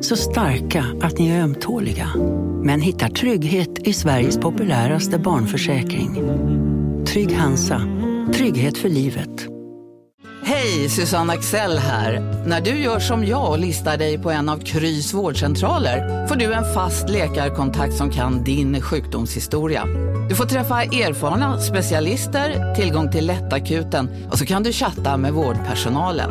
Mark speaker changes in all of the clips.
Speaker 1: Så starka att ni är ömtåliga. Men hittar trygghet i Sveriges populäraste barnförsäkring. Trygg Hansa. Trygghet för livet.
Speaker 2: Hej, Susanne Axel här. När du gör som jag och listar dig på en av Krys vårdcentraler får du en fast läkarkontakt som kan din sjukdomshistoria. Du får träffa erfarna specialister, tillgång till lättakuten och så kan du chatta med vårdpersonalen.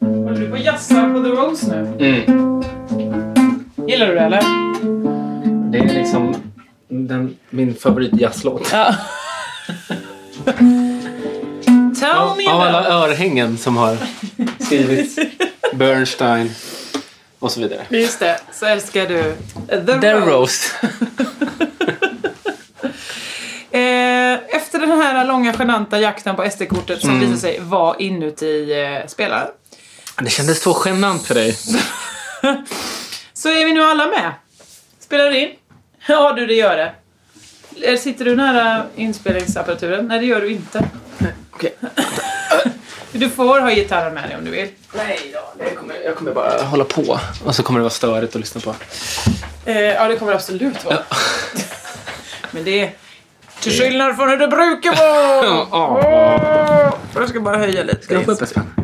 Speaker 3: Håller du på och jassar på The Rose nu?
Speaker 4: Mm.
Speaker 3: Gillar du det eller?
Speaker 4: Det är liksom den, min favoritjazzlåt.
Speaker 3: Ja. Tell
Speaker 4: Av,
Speaker 3: me
Speaker 4: av
Speaker 3: about...
Speaker 4: alla örhängen som har skrivits. Bernstein och så vidare.
Speaker 3: Just det, så älskar du The,
Speaker 4: The
Speaker 3: Rose.
Speaker 4: Rose.
Speaker 3: Eh, efter den här långa genanta jakten på SD-kortet som visade sig vara inuti eh, spelaren
Speaker 4: Det kändes så genant för dig.
Speaker 3: så är vi nu alla med. Spelar du in? Ja du, det gör det. Eh, Sitter du nära inspelningsapparaturen? Nej, det gör du inte.
Speaker 4: Okej.
Speaker 3: Du får ha gitarren med dig om du vill.
Speaker 4: Nej då, jag kommer, jag kommer bara Eh, hålla på. Och så kommer det vara störigt att lyssna på.
Speaker 3: Eh, ja, det kommer det absolut vara. Men det är till skillnad från hur det brukar vara. Åh, Jag ska bara höja lite. Ska
Speaker 4: upp en spänn?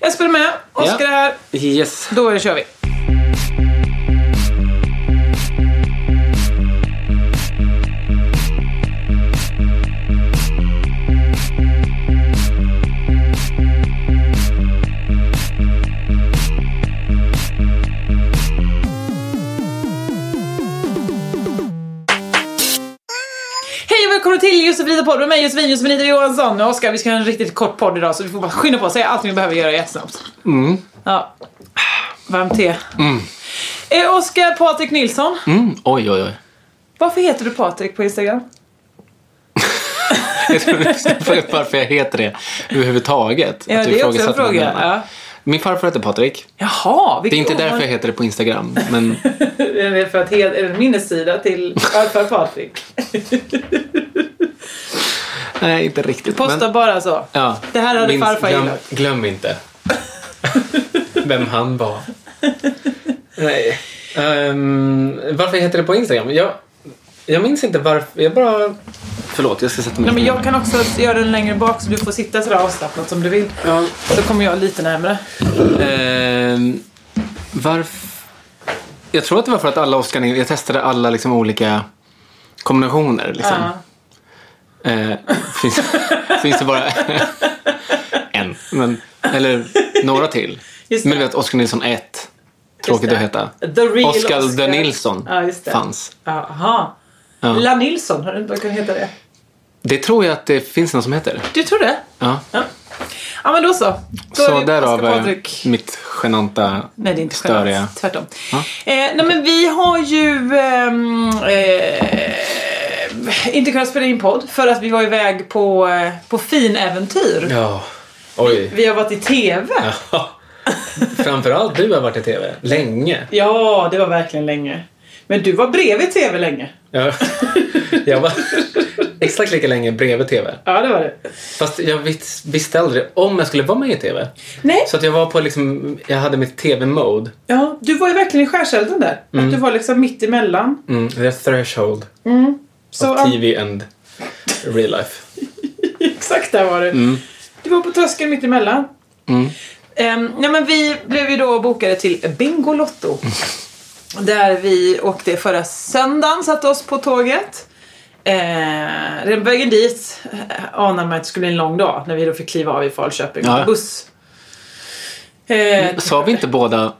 Speaker 3: Jesper är med, Oskar är
Speaker 4: Ja.
Speaker 3: här.
Speaker 4: Yes.
Speaker 3: Då kör vi. Hej och välkomna till Josefin podd med mig Josefin, Josefin Lita Johansson och Oskar. Vi ska ha en riktigt kort podd idag så vi får bara skynda på och säga allt vi behöver göra jättesnabbt.
Speaker 4: Mm.
Speaker 3: Ja. Varmt te. Eh, Oskar Patrik Nilsson.
Speaker 4: Mm. Oj, oj, oj.
Speaker 3: Varför heter du Patrik på Instagram?
Speaker 4: Jag tror du förstår varför jag heter det överhuvudtaget.
Speaker 3: Ja,
Speaker 4: Att du
Speaker 3: det är också en
Speaker 4: ifrågasätter vad jag
Speaker 3: fråga.
Speaker 4: menar.
Speaker 3: Ja.
Speaker 4: Min farfar heter Patrik.
Speaker 3: Jaha,
Speaker 4: Det är inte därför jag heter det på Instagram. Men
Speaker 3: Är det för att hed- är det en minnessida till farfar Patrik?
Speaker 4: nej, inte riktigt.
Speaker 3: Posta
Speaker 4: men,
Speaker 3: bara så.
Speaker 4: ja.
Speaker 3: Det här hade
Speaker 4: Minns-
Speaker 3: farfar
Speaker 4: glöm,
Speaker 3: gillat.
Speaker 4: glöm inte vem han var. Nej. Ehm, varför heter det på Instagram? Jag, jag minns inte varför. Jag bara... Förlåt, jag ska sätta mig
Speaker 3: Nej, men jag kan också göra den längre bak så du får sitta sådär avslappnat som du vill.
Speaker 4: Ja.
Speaker 3: Så kommer jag lite
Speaker 4: Mm.
Speaker 3: närmare.
Speaker 4: Ehm, varf... Jag tror att det var för att alla Oscar... Jag testade alla liksom olika kombinationer. Liksom.
Speaker 3: Ja.
Speaker 4: Eh, finns, finns det bara en? Men, eller några till.
Speaker 3: Just det.
Speaker 4: Men du vet, Oskar Nilsson 1. Tråkigt
Speaker 3: det.
Speaker 4: att heta.
Speaker 3: The real
Speaker 4: Oskar
Speaker 3: Oscar.
Speaker 4: de Nilsson
Speaker 3: Ja, just det.
Speaker 4: fanns.
Speaker 3: Jaha.
Speaker 4: Ja.
Speaker 3: La Nilsson, har du inte kunnat heta det?
Speaker 4: Det tror jag att det finns någon som heter.
Speaker 3: Du tror det?
Speaker 4: Ja.
Speaker 3: Ja. Ja men då så. Då
Speaker 4: Så
Speaker 3: är det
Speaker 4: därav
Speaker 3: Oskar
Speaker 4: eh,
Speaker 3: Patrik.
Speaker 4: mitt genanta...
Speaker 3: Nej, det är inte
Speaker 4: Stör jag?
Speaker 3: generellt. Tvärtom. Eh, nej, men vi har ju ehm, eh, inte kunnat spela in podd för att vi var iväg på, eh, på finäventyr.
Speaker 4: Ja. Oj.
Speaker 3: Vi har varit i TV. Ja.
Speaker 4: Framförallt du har varit i TV. Länge.
Speaker 3: det var verkligen länge. Men du var bredvid TV länge.
Speaker 4: Ja. Jag var exakt lika länge bredvid TV.
Speaker 3: Ja, det var det.
Speaker 4: Fast jag vis- visste aldrig om jag skulle vara med i TV.
Speaker 3: Nej,
Speaker 4: Så att jag var på liksom, jag hade mitt TV-mode.
Speaker 3: ja, du var ju verkligen i skärselden där. Att du var liksom mitt emellan.
Speaker 4: Mm, the threshold
Speaker 3: Så,
Speaker 4: of TV and real life.
Speaker 3: ja, exakt där var du. Du var på tröskeln mitt emellan. Ehm,
Speaker 4: Mm.
Speaker 3: Um, nej men vi blev ju då bokade till Bingolotto. Där vi åkte förra söndagen, satte oss på tåget. Eh, redan på vägen dit eh, anade man att det skulle bli en lång dag när vi då fick kliva av i Falköping och
Speaker 4: Ja.
Speaker 3: ta buss. Eh,
Speaker 4: Sa vi inte båda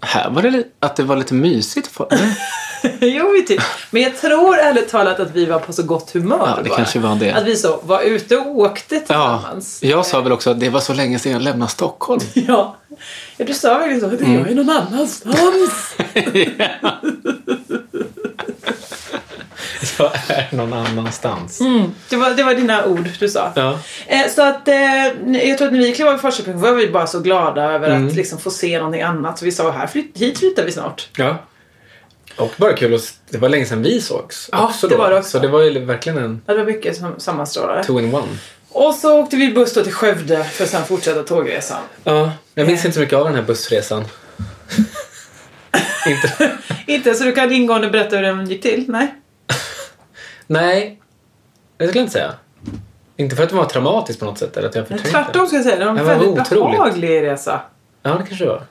Speaker 4: här var det li- att det var lite mysigt? För... Mm.
Speaker 3: jo, vi typ. Men jag tror ärligt talat att vi var på så gott humör
Speaker 4: Ja, det
Speaker 3: bara.
Speaker 4: kanske var det.
Speaker 3: Att vi så var ute och åkte
Speaker 4: Ja,
Speaker 3: tillsammans.
Speaker 4: jag sa väl också att det var så länge sedan jag lämnade Stockholm.
Speaker 3: Ja, ja du sa verkligen så. att Jag är någon annanstans.
Speaker 4: Jag är någon annanstans.
Speaker 3: det, var, det var dina ord du sa.
Speaker 4: Ja.
Speaker 3: Eh, så att eh, jag tror att när vi klev av i Falköping var vi bara så glada över
Speaker 4: Mm.
Speaker 3: att liksom få se någonting annat. Så vi sa här flytt, hit flyttar vi snart.
Speaker 4: ja. Och bara kul att s- det var länge sedan vi sågs.
Speaker 3: Ja, det
Speaker 4: då.
Speaker 3: var det också.
Speaker 4: Så det var ju verkligen en
Speaker 3: Ja, Det var mycket som sammanstrålade.
Speaker 4: two-in-one.
Speaker 3: Och så åkte vi buss då till Skövde för att sen fortsätta tågresan.
Speaker 4: Ja, jag minns inte så mycket av den här bussresan. inte.
Speaker 3: Inte så du kan ingående berätta hur den gick till? Nej.
Speaker 4: Nej, det skulle jag inte säga. Inte för att det var traumatiskt på något sätt eller att jag förträngde
Speaker 3: Tvärtom ska jag säga, det var en
Speaker 4: Det var
Speaker 3: väldigt
Speaker 4: otroligt.
Speaker 3: behaglig resa.
Speaker 4: det. Ja, det kanske det var.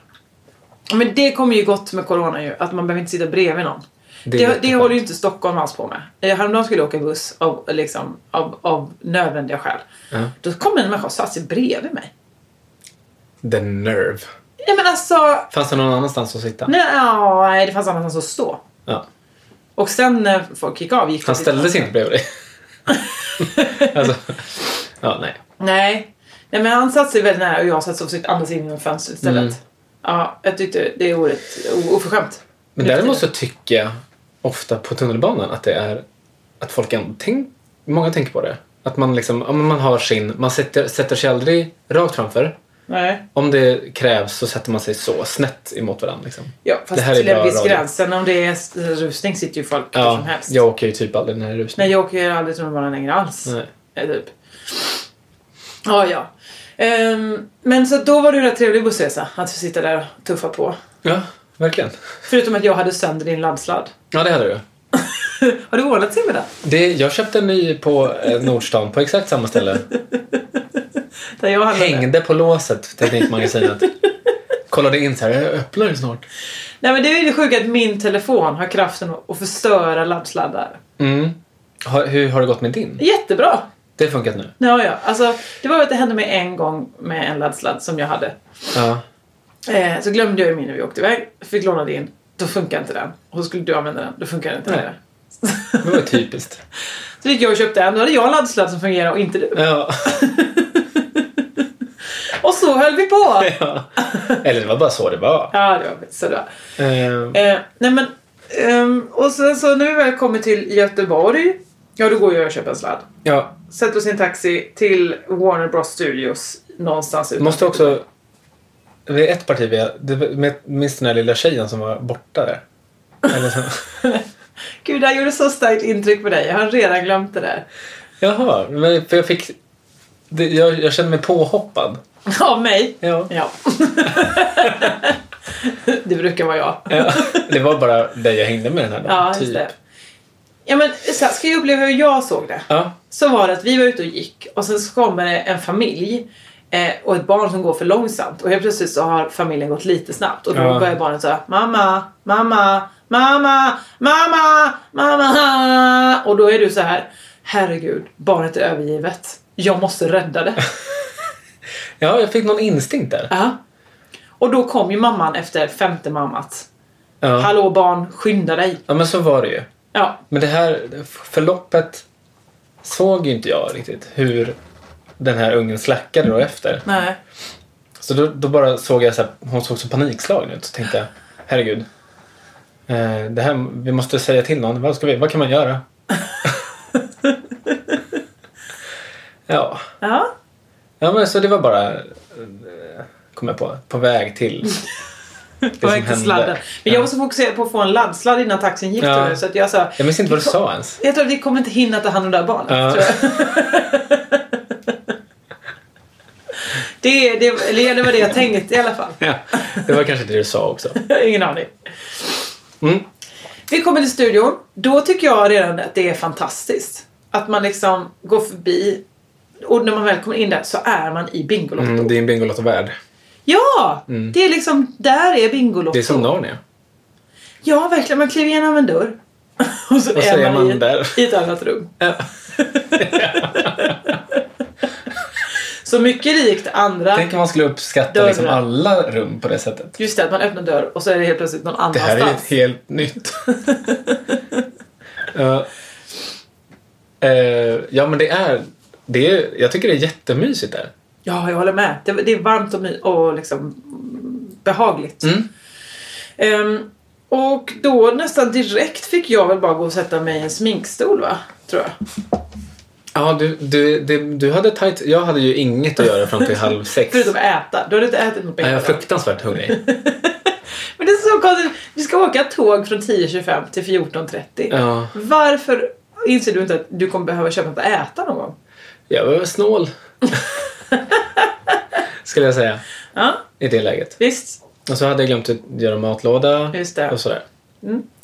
Speaker 3: Men det kommer ju gott med corona ju, att man behöver inte sitta bredvid någon.
Speaker 4: Det
Speaker 3: Det,
Speaker 4: är
Speaker 3: det,
Speaker 4: jätteskönt.
Speaker 3: håller ju inte Stockholm alls på med. Eh, Häromdagen skulle jag åka buss av, liksom, av, av nödvändiga skäl.
Speaker 4: Ja.
Speaker 3: Då kom en människa och satte sig bredvid mig.
Speaker 4: The nerve.
Speaker 3: Nej men alltså,
Speaker 4: Fanns det någon annanstans att sitta?
Speaker 3: nej, ja, nej det fanns annanstans att stå.
Speaker 4: Ja.
Speaker 3: Och sen när folk gick av gick
Speaker 4: Han
Speaker 3: till-
Speaker 4: ställde sig inte bredvid dig. alltså, ja, nej.
Speaker 3: Nej. nej, men han satte sig väldigt nära och jag satt och försökte andas in genom fönstret istället.
Speaker 4: Mm.
Speaker 3: Ja, jag tyckte det är orätt, o- oförskämt.
Speaker 4: Men däremot så tycker jag ofta på tunnelbanan att det är att folk ändå tänk, många tänker på det. Att man liksom, ja, men man har sin, man sätter, sätter sig aldrig rakt framför.
Speaker 3: Nej.
Speaker 4: Om det krävs så sätter man sig så snett emot varandra liksom.
Speaker 3: Ja,
Speaker 4: Det
Speaker 3: fast
Speaker 4: här är
Speaker 3: till
Speaker 4: bra
Speaker 3: en viss
Speaker 4: radio.
Speaker 3: gräns. Sen om det är s- rusning sitter ju folk var som
Speaker 4: Ja,
Speaker 3: helst.
Speaker 4: jag åker ju typ aldrig när det är rusning.
Speaker 3: Nej, jag åker ju aldrig tunnelbana längre alls.
Speaker 4: Nej.
Speaker 3: Eh, Typ. Ja, ja. Ehm, men så då var det ju rätt trevlig bussresa att få sitta där och tuffa på.
Speaker 4: Ja, verkligen.
Speaker 3: Förutom att jag hade sönder din laddsladd.
Speaker 4: Ja, det hade du.
Speaker 3: Har du ordnat sig med det?
Speaker 4: Det, jag köpte en ny på eh, Nordstan på exakt samma ställe.
Speaker 3: Där jag handlade.
Speaker 4: Hängde på låset, Teknikmagasinet. Kollade in så här, jag öppnar det snart.
Speaker 3: Nej men det är ju det sjuka att min telefon har kraften att- att förstöra laddsladdar.
Speaker 4: Mm. Har, hur har det gått med din?
Speaker 3: Jättebra!
Speaker 4: Det har funkat nu?
Speaker 3: Ja, ja. Alltså, det var ju att det hände mig en gång med en laddsladd som jag hade.
Speaker 4: Ja.
Speaker 3: Eh, så glömde jag ju min när vi åkte iväg. Fick låna din. Då funkar inte den. Och så skulle du använda den. Då funkar den inte
Speaker 4: Nej.
Speaker 3: heller.
Speaker 4: Det var ju typiskt.
Speaker 3: Så gick jag och köpte en. Då hade jag en laddsladd som fungerade och inte du.
Speaker 4: Ja.
Speaker 3: Och så höll vi på!
Speaker 4: ja. Eller det var bara så det var.
Speaker 3: Ja, det var faktiskt så det var.
Speaker 4: Eh,
Speaker 3: Eh, nej men, ehm, och sen så när vi väl kommer till Göteborg, ja då går jag och köper en sladd.
Speaker 4: ja.
Speaker 3: Sätter oss i en taxi till Warner Bros Studios någonstans
Speaker 4: Det
Speaker 3: utanför.
Speaker 4: måste också... Det är ett parti vi har... det var- med- Minns den här lilla tjejen som var borta där? Eller så.
Speaker 3: Gud, det här gjorde så starkt intryck på dig. Jag har redan glömt det där.
Speaker 4: Jaha, men för jag fick... Det, jag, jag kände mig påhoppad.
Speaker 3: Av mig?
Speaker 4: Ja.
Speaker 3: Ja. det brukar vara jag.
Speaker 4: Ja. typ. Det var bara dig jag hängde med den här dagen.
Speaker 3: Ja, just det. Ja men så här, ska jag uppleva hur jag såg det?
Speaker 4: Ja.
Speaker 3: så var det att vi var ute och gick och sen så kommer det en familj eh, och ett barn som går för långsamt och helt plötsligt så har familjen gått lite snabbt och då
Speaker 4: Ja.
Speaker 3: börjar barnet säga mamma, mamma, mamma, mamma, mamma och då är du så här herregud, barnet är övergivet. Jag måste rädda det.
Speaker 4: ja, jag fick någon instinkt där.
Speaker 3: Ja. Och då kom ju mamman efter femte mammat.
Speaker 4: Ja.
Speaker 3: Hallå barn, skynda dig.
Speaker 4: ja, men så var det ju.
Speaker 3: Ja,
Speaker 4: Men det här förloppet såg ju inte jag riktigt hur den här ungen slackade då efter.
Speaker 3: nej.
Speaker 4: Så då, då bara såg jag så här, hon såg så panikslagen ut. Så tänkte jag, herregud. Eh, det här, vi måste säga till någon. Vad, ska vi, vad kan man göra? ja.
Speaker 3: Ja.
Speaker 4: ja, men så det var bara, eh, kom jag på, på väg till det
Speaker 3: På väg till sladden. Men jag var så fokuserad på att få en laddsladd innan taxin gick
Speaker 4: Ja.
Speaker 3: tror jag, så att jag sa
Speaker 4: Jag minns inte vad du sa ens.
Speaker 3: Jag tror att vi kommer inte hinna ta hand om det här barnet.
Speaker 4: Ja.
Speaker 3: Tror jag. Det, det, eller det var det jag tänkte i alla fall.
Speaker 4: Ja, det var kanske det du sa också.
Speaker 3: Ingen aning.
Speaker 4: Mm.
Speaker 3: Vi kommer till studion. Då tycker jag redan att det är fantastiskt. Att man liksom går förbi och när man väl kommer in där så är man i Bingolotto.
Speaker 4: Mm, det Mm. är en Bingolotto-värld.
Speaker 3: Ja! Det är liksom, där är Bingolotto.
Speaker 4: Det är som Narnia.
Speaker 3: Ja, verkligen. Man kliver igenom en dörr. Och så,
Speaker 4: Och så är
Speaker 3: är man,
Speaker 4: man
Speaker 3: i,
Speaker 4: där.
Speaker 3: i ett annat rum.
Speaker 4: Ja.
Speaker 3: Så mycket likt andra.
Speaker 4: Tänk om man skulle uppskatta
Speaker 3: Dörrar.
Speaker 4: liksom alla rum på det sättet.
Speaker 3: Just det, att man öppnar en dörr och så är det helt plötsligt någon
Speaker 4: Det här
Speaker 3: annanstans.
Speaker 4: är ett helt nytt. Ja. Eh, ja, men det är, det är... Jag tycker det är jättemysigt där.
Speaker 3: Ja, jag håller med. Det, det är varmt och, my- och liksom behagligt.
Speaker 4: Mm.
Speaker 3: Ehm, och då nästan direkt fick jag väl bara gå och sätta mig i en sminkstol va? Tror jag.
Speaker 4: Ja, du, du, du, du hade tajt... Jag hade ju inget att göra fram till halv sex.
Speaker 3: Förutom äta. Du hade inte ätit något på
Speaker 4: Nej,
Speaker 3: hela
Speaker 4: jag är
Speaker 3: dagen.
Speaker 4: fruktansvärt hungrig.
Speaker 3: Men det är så konstigt. Vi ska åka tåg från 10.25 till 14.30.
Speaker 4: Ja,
Speaker 3: Varför inser du inte att du kommer behöva köpa något att äta någon gång?
Speaker 4: jag var snål. Skulle jag säga.
Speaker 3: Ja,
Speaker 4: I det läget.
Speaker 3: visst.
Speaker 4: Och så hade jag glömt att göra matlåda
Speaker 3: Just det.
Speaker 4: och sådär.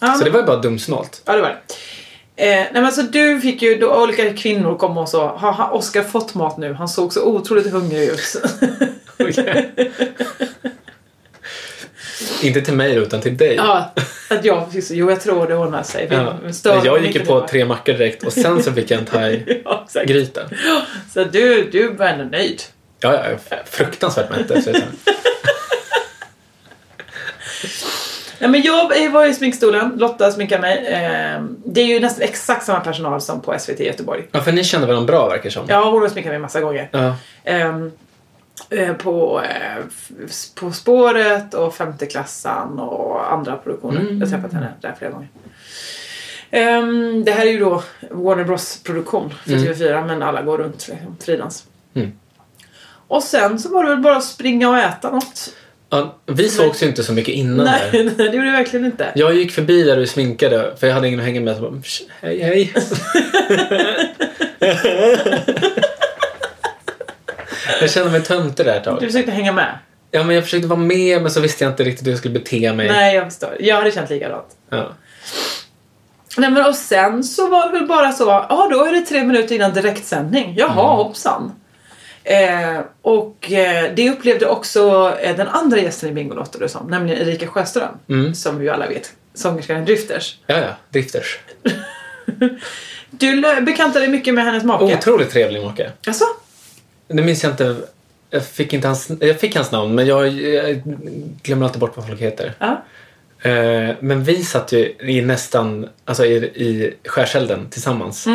Speaker 3: Ja,
Speaker 4: Så det var ju bara dumsnålt.
Speaker 3: Ja, det var det. Eh, nej men så du fick ju då olika kvinnor kom och sa Har han- Oscar fått mat nu? Han såg så otroligt hungrig ut.
Speaker 4: Inte till mig utan till dig.
Speaker 3: ja, att jag fick så, jo jag tror det ordnar sig. Men-
Speaker 4: Ja.
Speaker 3: men stör
Speaker 4: Jag
Speaker 3: honom
Speaker 4: gick ju
Speaker 3: inte
Speaker 4: på
Speaker 3: nu.
Speaker 4: tre mackor direkt och sen så fick jag en thai-gryta.
Speaker 3: Ja, exakt. Så du, du var ändå nöjd.
Speaker 4: Ja, ja, jag är fruktansvärt mätt dessutom.
Speaker 3: Nej, men jag var i sminkstolen, Lotta sminkade mig. Eh, det är ju nästan exakt samma personal som på SVT i Göteborg.
Speaker 4: Ja, för ni kände varandra bra verkar som.
Speaker 3: Ja, hon har sminkat mig massa gånger.
Speaker 4: Ja.
Speaker 3: Ehm, eh, på, eh, f- på spåret och femteklassan och andra produktioner. Jag har träffat henne där flera gånger. Ehm, det här är ju då Warner Bros produktion för TV4 men alla går runt liksom, frilans.
Speaker 4: Mm.
Speaker 3: Och sen så var det väl bara att springa och äta något.
Speaker 4: Ja, vi sågs ju inte så mycket innan
Speaker 3: Alltså, Nej,
Speaker 4: där.
Speaker 3: nej det gjorde det verkligen inte.
Speaker 4: Jag gick förbi där du sminkade för jag hade ingen att hänga med. Så bara, "Tsch, hej, hej. jag kände mig töntig där ett
Speaker 3: Du
Speaker 4: tag.
Speaker 3: försökte hänga med.
Speaker 4: Ja, men jag försökte vara med men så visste jag inte riktigt hur jag skulle bete mig.
Speaker 3: Nej, jag förstår. Jag hade känt likadant.
Speaker 4: Ja.
Speaker 3: Nej men och sen så var det väl bara så, ja då är det tre minuter innan direktsändning. Jaha hoppsan. Eh, och eh, det upplevde också eh, den andra gästen i Bingolotto det som, nämligen Erika Sjöström. Som vi ju alla vet, sångerskan i Drifters.
Speaker 4: Ja, ja. Drifters.
Speaker 3: Du lö- bekantade dig mycket med hennes make.
Speaker 4: Otroligt trevlig make.
Speaker 3: Jaså?
Speaker 4: Det minns jag inte. Jag fick, inte hans, jag fick hans namn, men jag, jag glömmer alltid bort vad folk heter.
Speaker 3: Ja.
Speaker 4: Eh, men vi satt ju i nästan, alltså i, i skärselden tillsammans.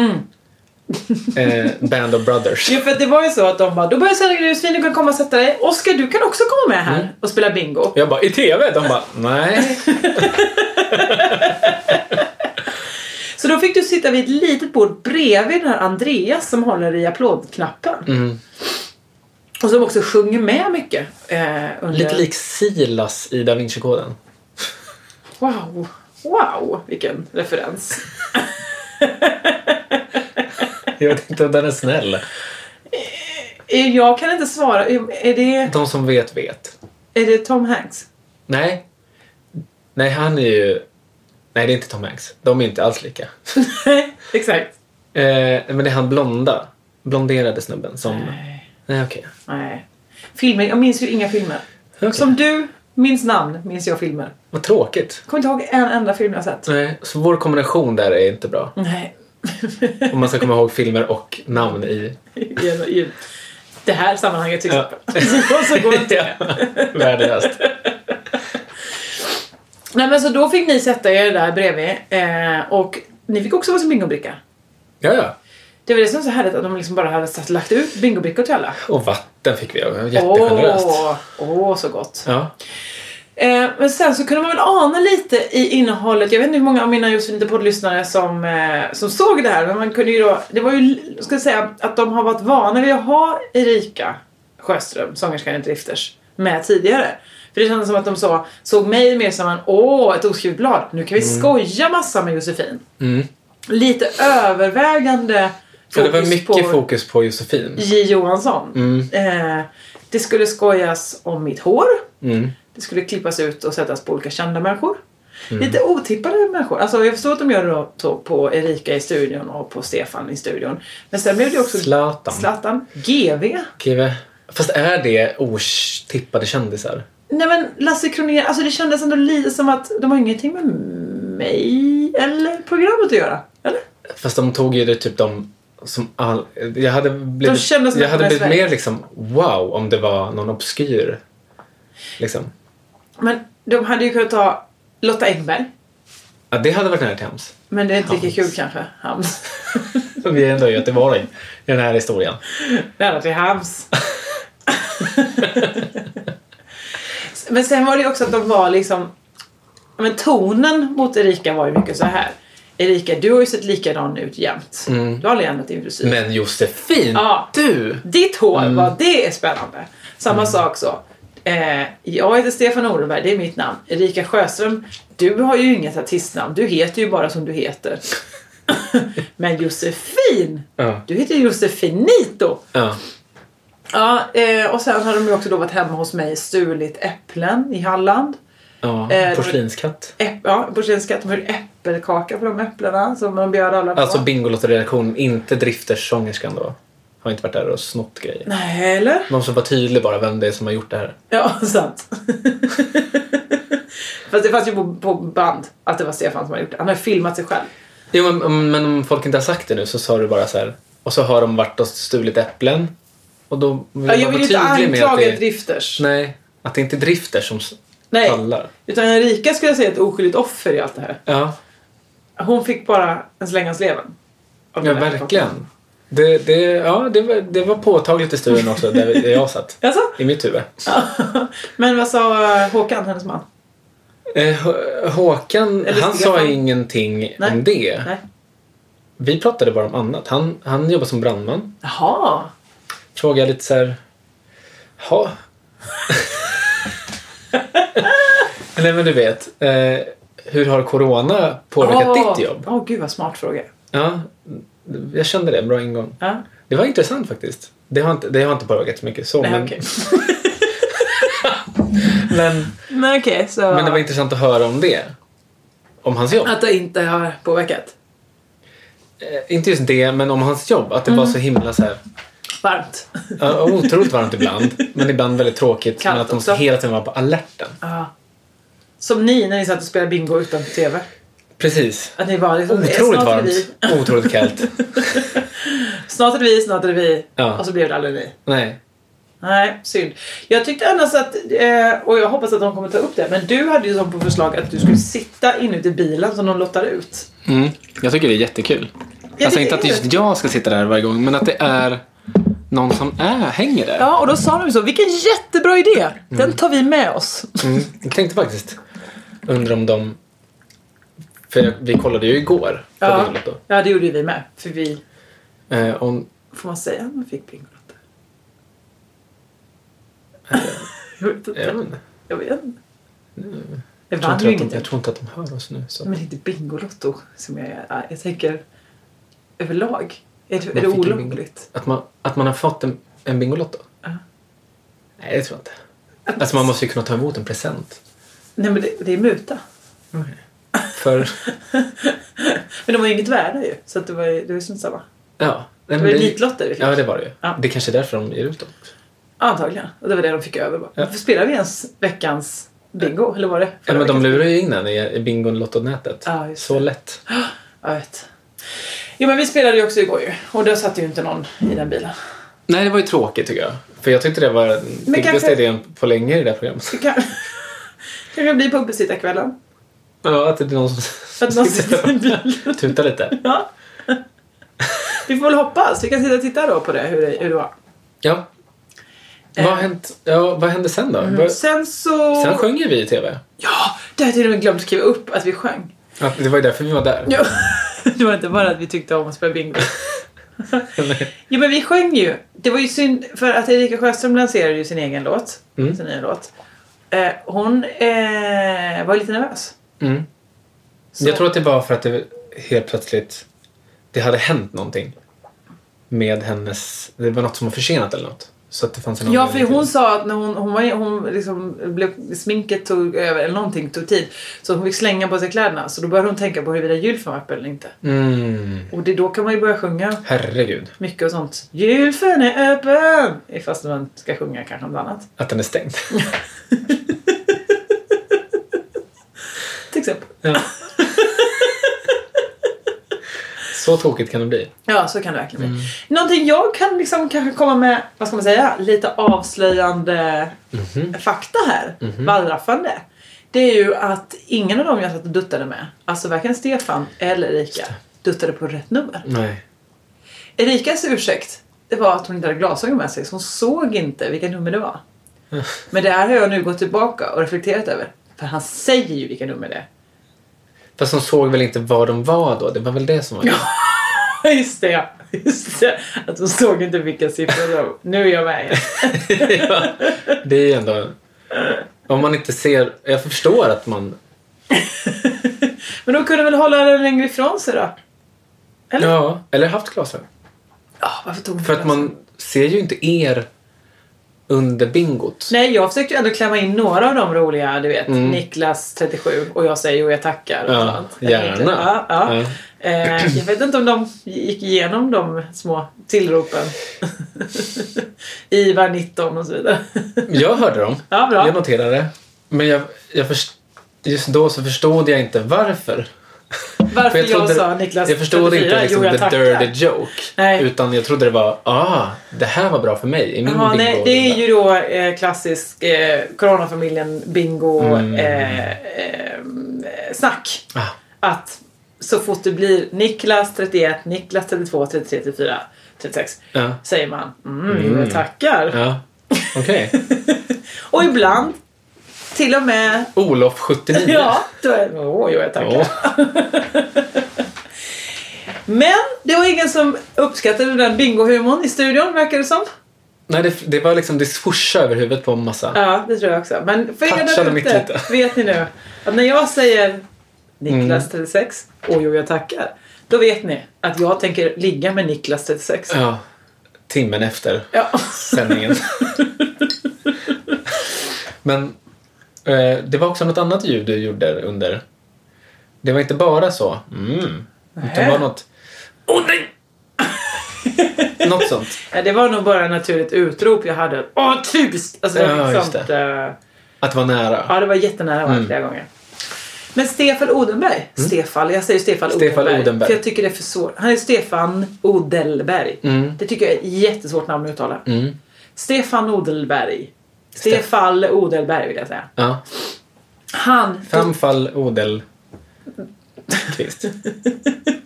Speaker 4: Eh, Band of Brothers.
Speaker 3: Jo för att det var ju så att de bara, då börjar jag sälja grusvin, du kan komma och sätta dig. Oskar du kan också komma med här och spela bingo.
Speaker 4: Jag bara, i TV? De bara, nej.
Speaker 3: Så då fick du sitta vid ett litet bord bredvid den här Andreas som håller i applådknappen.
Speaker 4: Mm.
Speaker 3: Och som också sjunger med mycket. Eh, under...
Speaker 4: Lite lik Silas i Da Vinci-koden.
Speaker 3: Wow, wow, vilken referens.
Speaker 4: Jag vet inte om den är snäll.
Speaker 3: Eh, Jag kan inte svara. Eh, Är det,
Speaker 4: De som vet, vet.
Speaker 3: är det Tom Hanks?
Speaker 4: Nej. Nej, han är ju... Nej, det är inte Tom Hanks. De är inte alls lika.
Speaker 3: Exakt.
Speaker 4: Eh, men det är han blonda. Blonderade snubben som...
Speaker 3: Nej.
Speaker 4: Nej, okej.
Speaker 3: Nej. Filmer, jag minns ju inga filmer.
Speaker 4: Okej.
Speaker 3: Som du minns namn minns jag filmer.
Speaker 4: Vad tråkigt.
Speaker 3: Jag kommer inte ihåg en enda film jag sett.
Speaker 4: Nej, så vår kombination där är inte bra.
Speaker 3: Nej.
Speaker 4: Om man ska komma ihåg filmer och namn i...
Speaker 3: I, i det här sammanhanget till
Speaker 4: Ja.
Speaker 3: exempel. så går det inte.
Speaker 4: Värdelöst.
Speaker 3: Nej men så då fick ni sätta er där bredvid eh, och ni fick också varsin bingobricka.
Speaker 4: Ja, ja.
Speaker 3: Det var det som var så härligt att de liksom bara hade satt, lagt ut bingobrickor till alla.
Speaker 4: Och vatten fick vi. Jättegeneröst.
Speaker 3: Åh, åh, så gott.
Speaker 4: Ja.
Speaker 3: Eh, men sen så kunde man väl ana lite i innehållet. Jag vet inte hur många av mina just inte poddlyssnare som, eh, som såg det här. Men man kunde ju då, det var ju, ska jag säga, att de har varit vana vid att ha Erika Sjöström, sångerskan i Drifters, med tidigare. För det kändes som att de så, såg mig mer som en, åh, ett oskrivet blad. Nu kan vi
Speaker 4: Mm.
Speaker 3: skoja massa med Josefin. Lite övervägande
Speaker 4: För det var
Speaker 3: fokus
Speaker 4: mycket fokus på Josefin.
Speaker 3: J Johansson.
Speaker 4: Mm.
Speaker 3: Eh, det skulle skojas om mitt hår.
Speaker 4: Mm.
Speaker 3: Det skulle klippas ut och sättas på olika kända människor.
Speaker 4: Mm.
Speaker 3: Lite otippade människor. Alltså jag förstår att de gör det då så på Erika i studion och på Stefan i studion. Men sen blev det också
Speaker 4: Zlatan.
Speaker 3: Zlatan. GV.
Speaker 4: GV. Fast är det otippade kändisar?
Speaker 3: Nej men Lasse Kronér, alltså det kändes ändå lite som att de har ingenting med mig eller programmet att göra. Eller?
Speaker 4: Fast de tog ju det typ de som all... Jag hade blivit,
Speaker 3: kändes som
Speaker 4: jag
Speaker 3: att
Speaker 4: hade
Speaker 3: de var i
Speaker 4: blivit
Speaker 3: Sverige.
Speaker 4: mer liksom wow om det var någon obskyr. Liksom.
Speaker 3: Men de hade ju kunnat ta Lotta Engberg.
Speaker 4: Ja, det hade varit nära till hams.
Speaker 3: Men det är inte lika
Speaker 4: Hans.
Speaker 3: kul kanske. Hams.
Speaker 4: Vi är ändå i Göteborg i den här historien.
Speaker 3: Nära till hams. men sen var det ju också att de var liksom... ja, Men tonen mot Erika var ju mycket så här. Erika, du har ju sett likadan ut jämt. Du har aldrig ändrat din frisyr.
Speaker 4: Mm. Men Mm. Josefin,
Speaker 3: Ja.
Speaker 4: du!
Speaker 3: Ditt hår, vad det är spännande. Samma
Speaker 4: Mm.
Speaker 3: sak så. Eh, jag heter Stefan Orenberg, det är mitt namn. Erika Sjöström, du har ju inget artistnamn. Du heter ju bara som du heter. Men Josefin,
Speaker 4: Ja.
Speaker 3: du heter Josefinito.
Speaker 4: Ja.
Speaker 3: Ja, eh, och sen har de ju också då varit hemma hos mig och stulit äpplen i Halland.
Speaker 4: ja.
Speaker 3: Eh,
Speaker 4: Porslinskatt.
Speaker 3: Äpp, ja, porslinskatt. De gjorde äppelkaka på de äpplena som de bjöd alla på.
Speaker 4: Alltså Bingolotto-redaktionen, inte Drifters-sångerskan då. Har inte varit där och snott grejer.
Speaker 3: Nej, eller?
Speaker 4: Någon som var tydlig bara vem det är som har gjort det här.
Speaker 3: Ja, sant. Fast det fanns ju på, på band att det var Stefan som hade gjort det. Han har ju filmat sig själv.
Speaker 4: Jo, men, men om folk inte har sagt det nu så sa du bara så här. Och så har de varit och stulit äpplen. Och då vill
Speaker 3: Ja,
Speaker 4: jag
Speaker 3: jag
Speaker 4: bara
Speaker 3: vill
Speaker 4: vara
Speaker 3: ju inte
Speaker 4: tydlig med att
Speaker 3: anklaga
Speaker 4: det,
Speaker 3: Drifters.
Speaker 4: nej, att det inte är Drifter som s-
Speaker 3: Nej.
Speaker 4: kallar.
Speaker 3: Utan Erika skulle jag säga är ett oskyldigt offer i allt det här.
Speaker 4: Ja,
Speaker 3: Hon fick bara en släng av sleven. Av
Speaker 4: ja
Speaker 3: den här
Speaker 4: verkligen. Det, det, ja, det, var, det var påtagligt i studion också där vi- där jag satt.
Speaker 3: Alltså?
Speaker 4: I mitt huvud.
Speaker 3: Men vad sa eh, Håkan, hennes man?
Speaker 4: Eh, H- Håkan,
Speaker 3: Eller
Speaker 4: han sa
Speaker 3: Stefan.
Speaker 4: ingenting
Speaker 3: Nej.
Speaker 4: om det.
Speaker 3: Nej.
Speaker 4: Vi pratade bara om annat. Han, han jobbar som brandman.
Speaker 3: Jaha.
Speaker 4: Frågade lite så här... Ja. Nej men du vet. Eh, hur har corona påverkat
Speaker 3: Åh.
Speaker 4: ditt jobb?
Speaker 3: Åh, gud vad smart fråga.
Speaker 4: Ja, jag kände det. Bra ingång.
Speaker 3: Ja.
Speaker 4: Det var intressant faktiskt. Det har inte, det har inte påverkat så mycket så.
Speaker 3: Nej,
Speaker 4: men,
Speaker 3: okej.
Speaker 4: men,
Speaker 3: Nej, okej, så...
Speaker 4: men det var intressant att höra om det. Om hans jobb.
Speaker 3: Att det inte har påverkat.
Speaker 4: Eh, Inte just det, men om hans jobb. Att det
Speaker 3: Mm.
Speaker 4: var så himla så här...
Speaker 3: Varmt.
Speaker 4: Ja, otroligt varmt ibland, men ibland väldigt tråkigt.
Speaker 3: Kallt
Speaker 4: men att de
Speaker 3: också.
Speaker 4: hela tiden var på alerten.
Speaker 3: Ja. Som ni när ni satt och spelade bingo utanför TV.
Speaker 4: Precis.
Speaker 3: Att ni var liksom,
Speaker 4: Otroligt
Speaker 3: snart är
Speaker 4: varmt,
Speaker 3: vi,
Speaker 4: otroligt kallt.
Speaker 3: snart är det vi, snart är det vi.
Speaker 4: Ja.
Speaker 3: Och så blev det aldrig ni.
Speaker 4: Nej.
Speaker 3: Nej, synd. Jag tyckte annars att, eh, och jag hoppas att de kommer ta upp det, men du hade ju som på förslag att du skulle sitta inuti bilen som de lottar ut.
Speaker 4: Mm. Jag tycker det är jättekul. alltså
Speaker 3: det
Speaker 4: inte
Speaker 3: är
Speaker 4: att just jag ska sitta där varje gång, men att det är någon som är, hänger där.
Speaker 3: Ja, och då sa de ju så, vilken jättebra idé! Den tar vi med oss.
Speaker 4: Mm. Jag tänkte faktiskt, undrar om de... För jag, vi kollade ju igår på
Speaker 3: Ja.
Speaker 4: Bingolotto.
Speaker 3: ja, det gjorde ju vi med. För vi,
Speaker 4: Eh, om,
Speaker 3: får man säga att man fick bingolotter?
Speaker 4: Eh.
Speaker 3: jag vet inte.
Speaker 4: jag, vet inte.
Speaker 3: Jag vet inte. Jag
Speaker 4: jag,
Speaker 3: vann ju
Speaker 4: Eh. tror inte att de,
Speaker 3: ingenting.
Speaker 4: jag tror inte att de hör oss nu. Så.
Speaker 3: Men det är inte Bingolotto som jag är. Jag tänker överlag. Är det, är
Speaker 4: Man
Speaker 3: det
Speaker 4: fick en
Speaker 3: olagligt?
Speaker 4: Att man, att man har fått en, en Bingolotto?
Speaker 3: Ja.
Speaker 4: Nej, det tror jag inte. Alltså man måste ju kunna ta emot en present.
Speaker 3: Nej men det, det är muta.
Speaker 4: För,
Speaker 3: Men de var ju inget värda ju. Så att det var ju det var ju strunt samma.
Speaker 4: ja. Nej,
Speaker 3: Det
Speaker 4: men
Speaker 3: var ju nitlotter vi fick.
Speaker 4: Ja, det var det ju.
Speaker 3: Ja.
Speaker 4: Det är kanske är därför de ger ut dem.
Speaker 3: Antagligen. Och det var det de fick över bara.
Speaker 4: Ja.
Speaker 3: Varför spelar vi ens veckans bingo? Eller var det
Speaker 4: Ja,
Speaker 3: förra
Speaker 4: men de
Speaker 3: veckans?
Speaker 4: lurar ju in en i, i Bingolotto-nätet.
Speaker 3: Ja, just
Speaker 4: Så lätt.
Speaker 3: Ja, Jag vet. Jo men vi spelade ju också igår ju. Och då satt ju inte någon i den bilen.
Speaker 4: Nej, det var ju tråkigt tycker jag. För jag tyckte det var den piggaste
Speaker 3: kanske-
Speaker 4: idén på länge i det där programmet.
Speaker 3: Det kan... kanske blir pubbesittarkvällen.
Speaker 4: Ja, att det är någon som
Speaker 3: För att någon sitter i en bil.
Speaker 4: tutar lite.
Speaker 3: Ja. Vi får väl hoppas. Vi kan sitta och titta då på det, hur det, hur det var.
Speaker 4: Ja.
Speaker 3: Eh.
Speaker 4: Vad, har hänt, ja, vad hände sen då?
Speaker 3: Mm.
Speaker 4: Vad-
Speaker 3: Sen så...
Speaker 4: Sen sjöng ju vi i TV.
Speaker 3: Ja! Det har jag till och med glömt skriva upp att vi sjöng.
Speaker 4: Ja, det var ju därför vi var där.
Speaker 3: Ja. Det var inte bara att vi tyckte om att spela bingo. Jo men vi sjöng ju. Det var ju synd för att Erika Sjöström lanserade ju sin egen låt.
Speaker 4: Mm.
Speaker 3: Sin nya låt. Eh, hon eh, var lite nervös.
Speaker 4: Mm.
Speaker 3: Så-
Speaker 4: Jag tror att det var för att det helt plötsligt det hade hänt någonting med hennes... Det var något som var försenat eller något. Så att det fanns en
Speaker 3: Ja, för
Speaker 4: anledning till
Speaker 3: hon
Speaker 4: det.
Speaker 3: sa att när hon, hon, var, hon liksom blev, sminket tog över, eller någonting tog tid. Så hon fick slänga på sig kläderna. Så då började hon tänka på huruvida julfen var öppen eller inte.
Speaker 4: Mm,
Speaker 3: Och det, då kan man ju börja sjunga
Speaker 4: herregud.
Speaker 3: mycket och sånt. Julfen är öppen! Fast man ska sjunga kanske om något annat.
Speaker 4: Att den är stängd.
Speaker 3: Till exempel.
Speaker 4: Ja. Så tokigt kan det bli.
Speaker 3: Ja, så kan det verkligen bli. Någonting jag kan liksom kanske komma med, vad ska man säga, lite avslöjande fakta här. Wallraffande. Det är ju att ingen av dem jag satt och duttade med, alltså varken Stefan eller Erika, duttade på rätt nummer.
Speaker 4: Nej.
Speaker 3: Erikas ursäkt, det var att hon inte hade glasögon med sig så hon såg inte vilka nummer det var. Men det här har jag nu gått tillbaka och reflekterat över. För han säger ju vilka nummer det är.
Speaker 4: Fast hon såg väl inte vad de var då? Det var väl det som var
Speaker 3: Just det, just det. Att hon såg inte vilka siffror det var. Nu är jag med igen.
Speaker 4: ja, det är ju ändå... Om man inte ser... Jag förstår att man...
Speaker 3: Men då kunde väl hålla den längre ifrån sig då?
Speaker 4: Ja, eller haft glasögon.
Speaker 3: Ja, varför tog hon
Speaker 4: För att man ser ju inte er under bingot.
Speaker 3: Nej, jag försökte ju ändå klämma in några av de roliga, du vet.
Speaker 4: Mm.
Speaker 3: Niklas 37 och jag säger jo, jag tackar. och
Speaker 4: Ja,
Speaker 3: sånt. Eller
Speaker 4: gärna.
Speaker 3: inte. Ja, ja.
Speaker 4: Ja.
Speaker 3: Eh, jag vet inte om de gick igenom de små tillropen. Ivar 19 och så vidare.
Speaker 4: Jag hörde dem.
Speaker 3: Ja, bra.
Speaker 4: Jag noterade. Men jag, jag först, just då så förstod jag inte varför.
Speaker 3: Varför
Speaker 4: För
Speaker 3: jag, sa Niklas
Speaker 4: Jag förstod
Speaker 3: 34,
Speaker 4: inte liksom
Speaker 3: jo, jag
Speaker 4: the
Speaker 3: tackar.
Speaker 4: dirty joke.
Speaker 3: Nej.
Speaker 4: Utan jag trodde det var, ah, det här var bra för mig i min
Speaker 3: Ja,
Speaker 4: bingo.
Speaker 3: nej, det är ju då eh, klassisk eh, coronafamiljen bingo
Speaker 4: Mm.
Speaker 3: eh, eh, snack.
Speaker 4: Ah,
Speaker 3: Att så fort det blir Niklas 31, Niklas 32, 33, 34, 36
Speaker 4: Ja.
Speaker 3: säger man mm, jag tackar.
Speaker 4: ja, okej.
Speaker 3: Och ibland till och med
Speaker 4: Olof 79.
Speaker 3: ja, då är åh, jo, jag tackar.
Speaker 4: Ja.
Speaker 3: Men det var ingen som uppskattade den bingohumorn i studion verkar det som.
Speaker 4: Nej, det, det var liksom, det swooshade över huvudet på en massa.
Speaker 3: Ja, det tror jag också. Men för er
Speaker 4: Touchade
Speaker 3: där
Speaker 4: mitt
Speaker 3: ute,
Speaker 4: lite. Mm.
Speaker 3: vet ni nu att när jag säger Niklas 36, åh jo jag tackar. Då vet ni att jag tänker ligga med Niklas 36.
Speaker 4: Ja, timmen efter
Speaker 3: Ja.
Speaker 4: sändningen. Men eh, det var också något annat ljud du gjorde under. Det var inte bara så. Mm. Utan Det var något... Åh nej! något sånt.
Speaker 3: Ja, det var nog bara ett naturligt utrop jag hade. Åh typiskt! Alltså, det var
Speaker 4: Ja,
Speaker 3: liksom
Speaker 4: just det.
Speaker 3: inte-
Speaker 4: Att vara nära.
Speaker 3: Ja, det var jättenära mm. flera gånger. Men Stefan Odenberg. Stefan, jag säger Stefan,
Speaker 4: Mm. Stefan
Speaker 3: Odenberg.
Speaker 4: Odenberg.
Speaker 3: För jag tycker det är för svårt. Han är Stefan Odelberg.
Speaker 4: Mm.
Speaker 3: Det tycker jag är ett jättesvårt namn att uttala.
Speaker 4: Mm.
Speaker 3: Stefan Odelberg. Stefan Odelberg vill jag säga.
Speaker 4: Ja.
Speaker 3: Han,
Speaker 4: Framfall Odell. Kvist.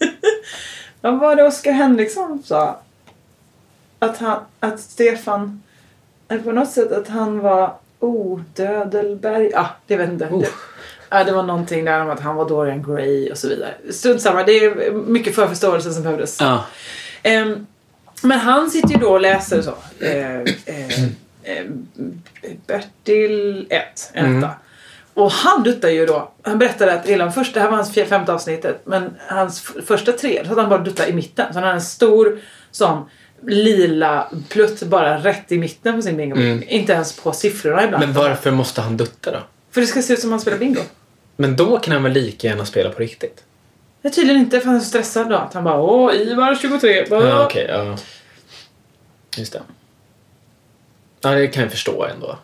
Speaker 3: vad var det Oskar Henriksson sa? Att, han, att Stefan, eller på något sätt att han var odödelberg. Ja, ah, det vet jag inte. Det, ja, det var någonting där om att han var Dorian Gray och så vidare. Strunt samma, det är mycket förförståelse som behövdes.
Speaker 4: Ja.
Speaker 3: Ehm, men han sitter ju då och läser så. Eh, eh, eh, Bertil 1, en
Speaker 4: Mm.
Speaker 3: etta. Och han duttar ju då. Han berättade att hela första, det här var hans fj- femte avsnittet, men hans f- första tre, så att han bara duttade i mitten. Så han hade en stor sån lila plutt bara rätt i mitten på sin bingo. Inte ens på siffrorna ibland.
Speaker 4: Mm. Men varför måste han dutta då?
Speaker 3: För det ska se ut som att han spelar bingo.
Speaker 4: Men då kan han väl lika gärna spela på riktigt?
Speaker 3: Jag tydligen inte, för han är så stressad då. Att han bara åh, Ivar 23. bara."
Speaker 4: Ja, okej. ja. Just det. Ja, det kan jag förstå ändå.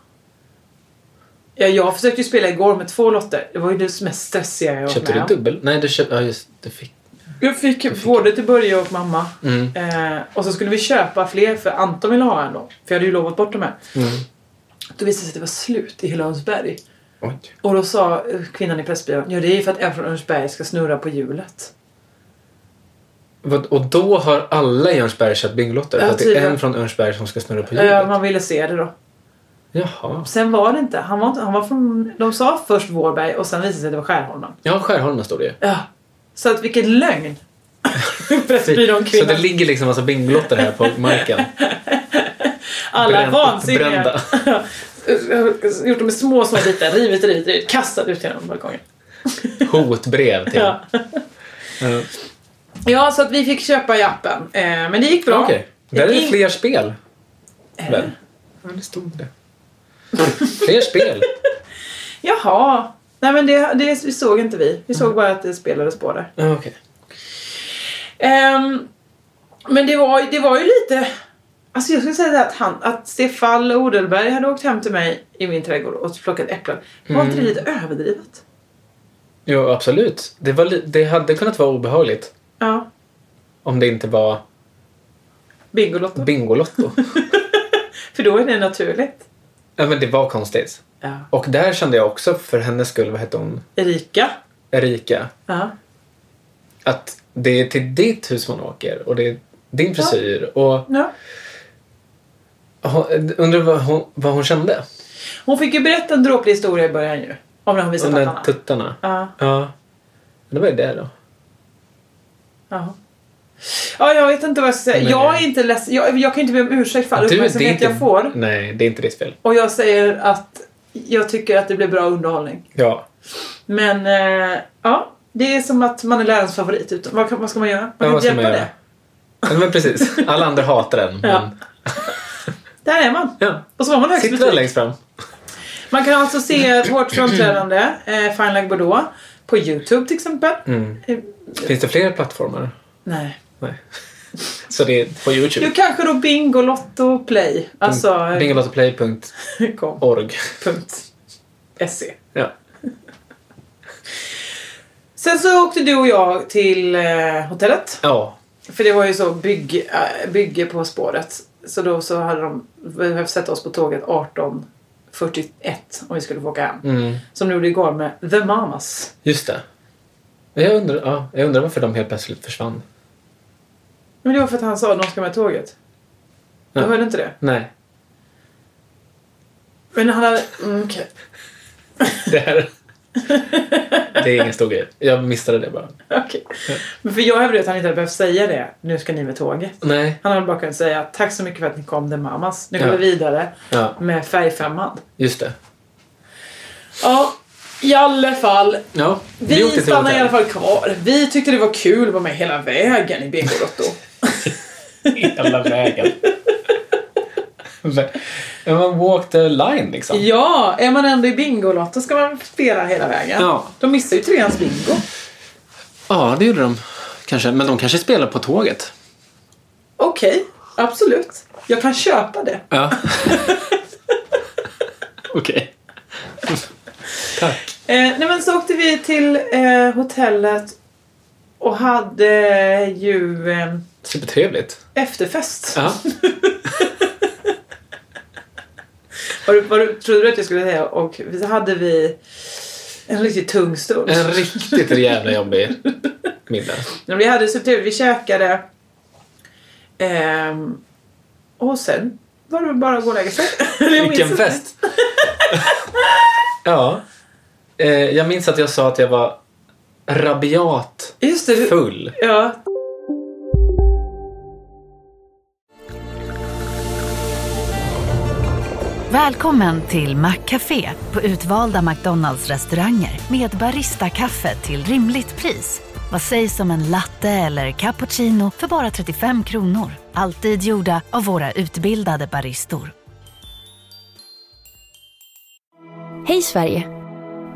Speaker 3: Ja, jag försökte ju spela igår med två lotter. Det var ju det mest stressiga jag varit
Speaker 4: Köpte
Speaker 3: med om.
Speaker 4: du dubbel? Nej, du köpte... Ja, just Du fick...
Speaker 3: Jag fick, både till Börje och mamma.
Speaker 4: Mm.
Speaker 3: Eh, och så skulle vi köpa fler för Anton ville ha en då. För jag hade ju lovat bort dem här.
Speaker 4: Mm.
Speaker 3: Då visade det sig att det var slut i hela Örnsberg.
Speaker 4: Oj.
Speaker 3: Och då sa eh, kvinnan i Pressbyrån, ja det är ju för att en från Örnsberg ska snurra på hjulet.
Speaker 4: Vad- Och då har alla i Örnsberg köpt Bingolotter?
Speaker 3: Ja,
Speaker 4: för att det är
Speaker 3: tydligen.
Speaker 4: en från Örnsberg som ska snurra på
Speaker 3: Eh,
Speaker 4: hjulet?
Speaker 3: man ville se det då.
Speaker 4: Jaha.
Speaker 3: Sen var det inte, han var, inte- han var från, de sa först Vårberg och sen visade det sig att det var Skärholmen.
Speaker 4: Ja, Skärholmen står det ju.
Speaker 3: Ja. Så att vilken lögn! Pressbyrån
Speaker 4: Så det
Speaker 3: kvinnan.
Speaker 4: ligger liksom massa Bingolotter här på marken.
Speaker 3: Alla
Speaker 4: bränt-
Speaker 3: vansinniga.
Speaker 4: brända.
Speaker 3: Gjort dem i små, små bitar, rivit, rivit, rivit, kastat ut genom balkongen.
Speaker 4: Hotbrev till.
Speaker 3: Ja.
Speaker 4: Ja.
Speaker 3: Ja, så att vi fick köpa i appen. Eh, men det gick bra.
Speaker 4: Okej. Där är det
Speaker 3: gick-
Speaker 4: fler spel.
Speaker 3: Eh,
Speaker 4: Väl? Ja, det stod det. Fler spel.
Speaker 3: Jaha. Nej men det, det såg inte vi. Vi
Speaker 4: Mm.
Speaker 3: såg bara att det spelades på det.
Speaker 4: Ja, okej.
Speaker 3: Ehm, men det var, det var ju lite... Alltså jag skulle säga det att, han, att Stefan Odelberg hade åkt hem till mig i min trädgård och plockat äpplen. Var inte det
Speaker 4: Mm.
Speaker 3: lite överdrivet?
Speaker 4: Jo, absolut. Det, var li- det hade kunnat vara obehagligt
Speaker 3: Ja.
Speaker 4: om det inte var
Speaker 3: Bingolotto.
Speaker 4: Bingolotto.
Speaker 3: För då är det naturligt.
Speaker 4: ja, men det var konstigt.
Speaker 3: Ja.
Speaker 4: Och där kände jag också, för hennes skull, vad hette hon?
Speaker 3: Erika.
Speaker 4: Erika.
Speaker 3: Ja.
Speaker 4: Att det är till ditt hus man åker och det är din frisyr. Och
Speaker 3: ja.
Speaker 4: hon, undrar vad hon, vad hon kände.
Speaker 3: Hon fick ju berätta en dråplig historia i början ju. Om när hon
Speaker 4: De
Speaker 3: visade
Speaker 4: där
Speaker 3: pattarna.
Speaker 4: tuttarna.
Speaker 3: Ja.
Speaker 4: Ja. Det var ju det då.
Speaker 3: Jaha. Ja, jag vet inte vad jag ska säga.
Speaker 4: Nej.
Speaker 3: Jag är inte ledsen. Jag, jag kan inte be om ursäkt för all uppmärksamhet jag får.
Speaker 4: Nej, det är inte ditt fel.
Speaker 3: Och jag säger att jag tycker att det blir bra underhållning.
Speaker 4: Ja.
Speaker 3: Men eh, ja, det är som att man är lärarens favorit. Utan, vad, kan, vad ska man göra? Man kan
Speaker 4: Ja, vad
Speaker 3: inte
Speaker 4: ska man
Speaker 3: hjälpa
Speaker 4: göra?
Speaker 3: det.
Speaker 4: Ja, men precis. Alla andra hatar den. Men...
Speaker 3: Ja. Där är man.
Speaker 4: Mm. Ja.
Speaker 3: Och så har man högst
Speaker 4: Sitter där
Speaker 3: betyg.
Speaker 4: längst fram.
Speaker 3: Man kan alltså se vårt framträdande, eh, Fine Like Bordeaux, på Youtube till exempel.
Speaker 4: Mm.
Speaker 3: Eh,
Speaker 4: Finns det fler plattformar?
Speaker 3: nej.
Speaker 4: Nej. Så det är
Speaker 3: Jo,
Speaker 4: på Youtube.
Speaker 3: kanske då Bingolotto Play. Alltså, eh,
Speaker 4: Bingolottoplay.org.
Speaker 3: kom. Punkt. E. SE.
Speaker 4: Ja.
Speaker 3: Sen så åkte du och jag till eh, hotellet.
Speaker 4: ja.
Speaker 3: För det var ju så bygg, eh, bygge på spåret. Så då så hade de behövt sätta oss på tåget 18.41 om vi skulle få åka hem.
Speaker 4: Mm.
Speaker 3: Som de gjorde igår med The Mamas.
Speaker 4: Just det. Men Jag undrar, ja, jag undrar varför de helt plötsligt försvann.
Speaker 3: Men det var för att han sa att de ska med tåget. Du
Speaker 4: Ja.
Speaker 3: hörde inte det?
Speaker 4: Nej.
Speaker 3: Men han hade... Mm, okej.
Speaker 4: Det här... Det är ingen stor grej. Jag missade det bara.
Speaker 3: Okej. Men för jag hävdade att han inte hade behövt säga det. Nu ska ni med tåget.
Speaker 4: Nej.
Speaker 3: Han hade bara kunnat säga tack så mycket för att ni kom The Mamas. Nu går
Speaker 4: Ja.
Speaker 3: vi vidare
Speaker 4: Ja,
Speaker 3: med färgfemman.
Speaker 4: just det.
Speaker 3: Ja, i alla fall.
Speaker 4: Ja,
Speaker 3: Vi,
Speaker 4: åkte till
Speaker 3: stannade i alla
Speaker 4: hotell.
Speaker 3: fall kvar. Vi tyckte det var kul att vara med hela vägen i Bingolotto.
Speaker 4: Hela vägen. Men man walk the line liksom.
Speaker 3: ja, är man ändå i Bingolotto ska man spela hela vägen.
Speaker 4: Ja.
Speaker 3: De missar ju treans bingo.
Speaker 4: Ja, det gjorde de kanske. Men de kanske spelar på tåget.
Speaker 3: Okej, absolut. Jag kan köpa det.
Speaker 4: Ja. Okej. Tack.
Speaker 3: Eh, nej men så åkte vi till eh, hotellet och hade ju eh,
Speaker 4: Supertrevligt.
Speaker 3: efterfest.
Speaker 4: Ja.
Speaker 3: Var du, var du, trodde du att jag skulle säga och så hade vi en riktigt tung stund.
Speaker 4: En riktigt jävla jobbig middag.
Speaker 3: Men Vi hade supertrevligt, vi käkade. Ehm, och sen var det bara att gå och lägga sig. Jag minns
Speaker 4: Vilken
Speaker 3: inte.
Speaker 4: fest! ja. Eh, jag minns att jag sa att jag var rabiat
Speaker 3: Just det. du-
Speaker 4: full.
Speaker 3: Ja.
Speaker 5: Välkommen till Maccafé på utvalda McDonalds restauranger med Baristakaffe till rimligt pris. Vad sägs om en latte eller cappuccino för bara 35 kronor? Alltid gjorda av våra utbildade baristor.
Speaker 6: Hej Sverige!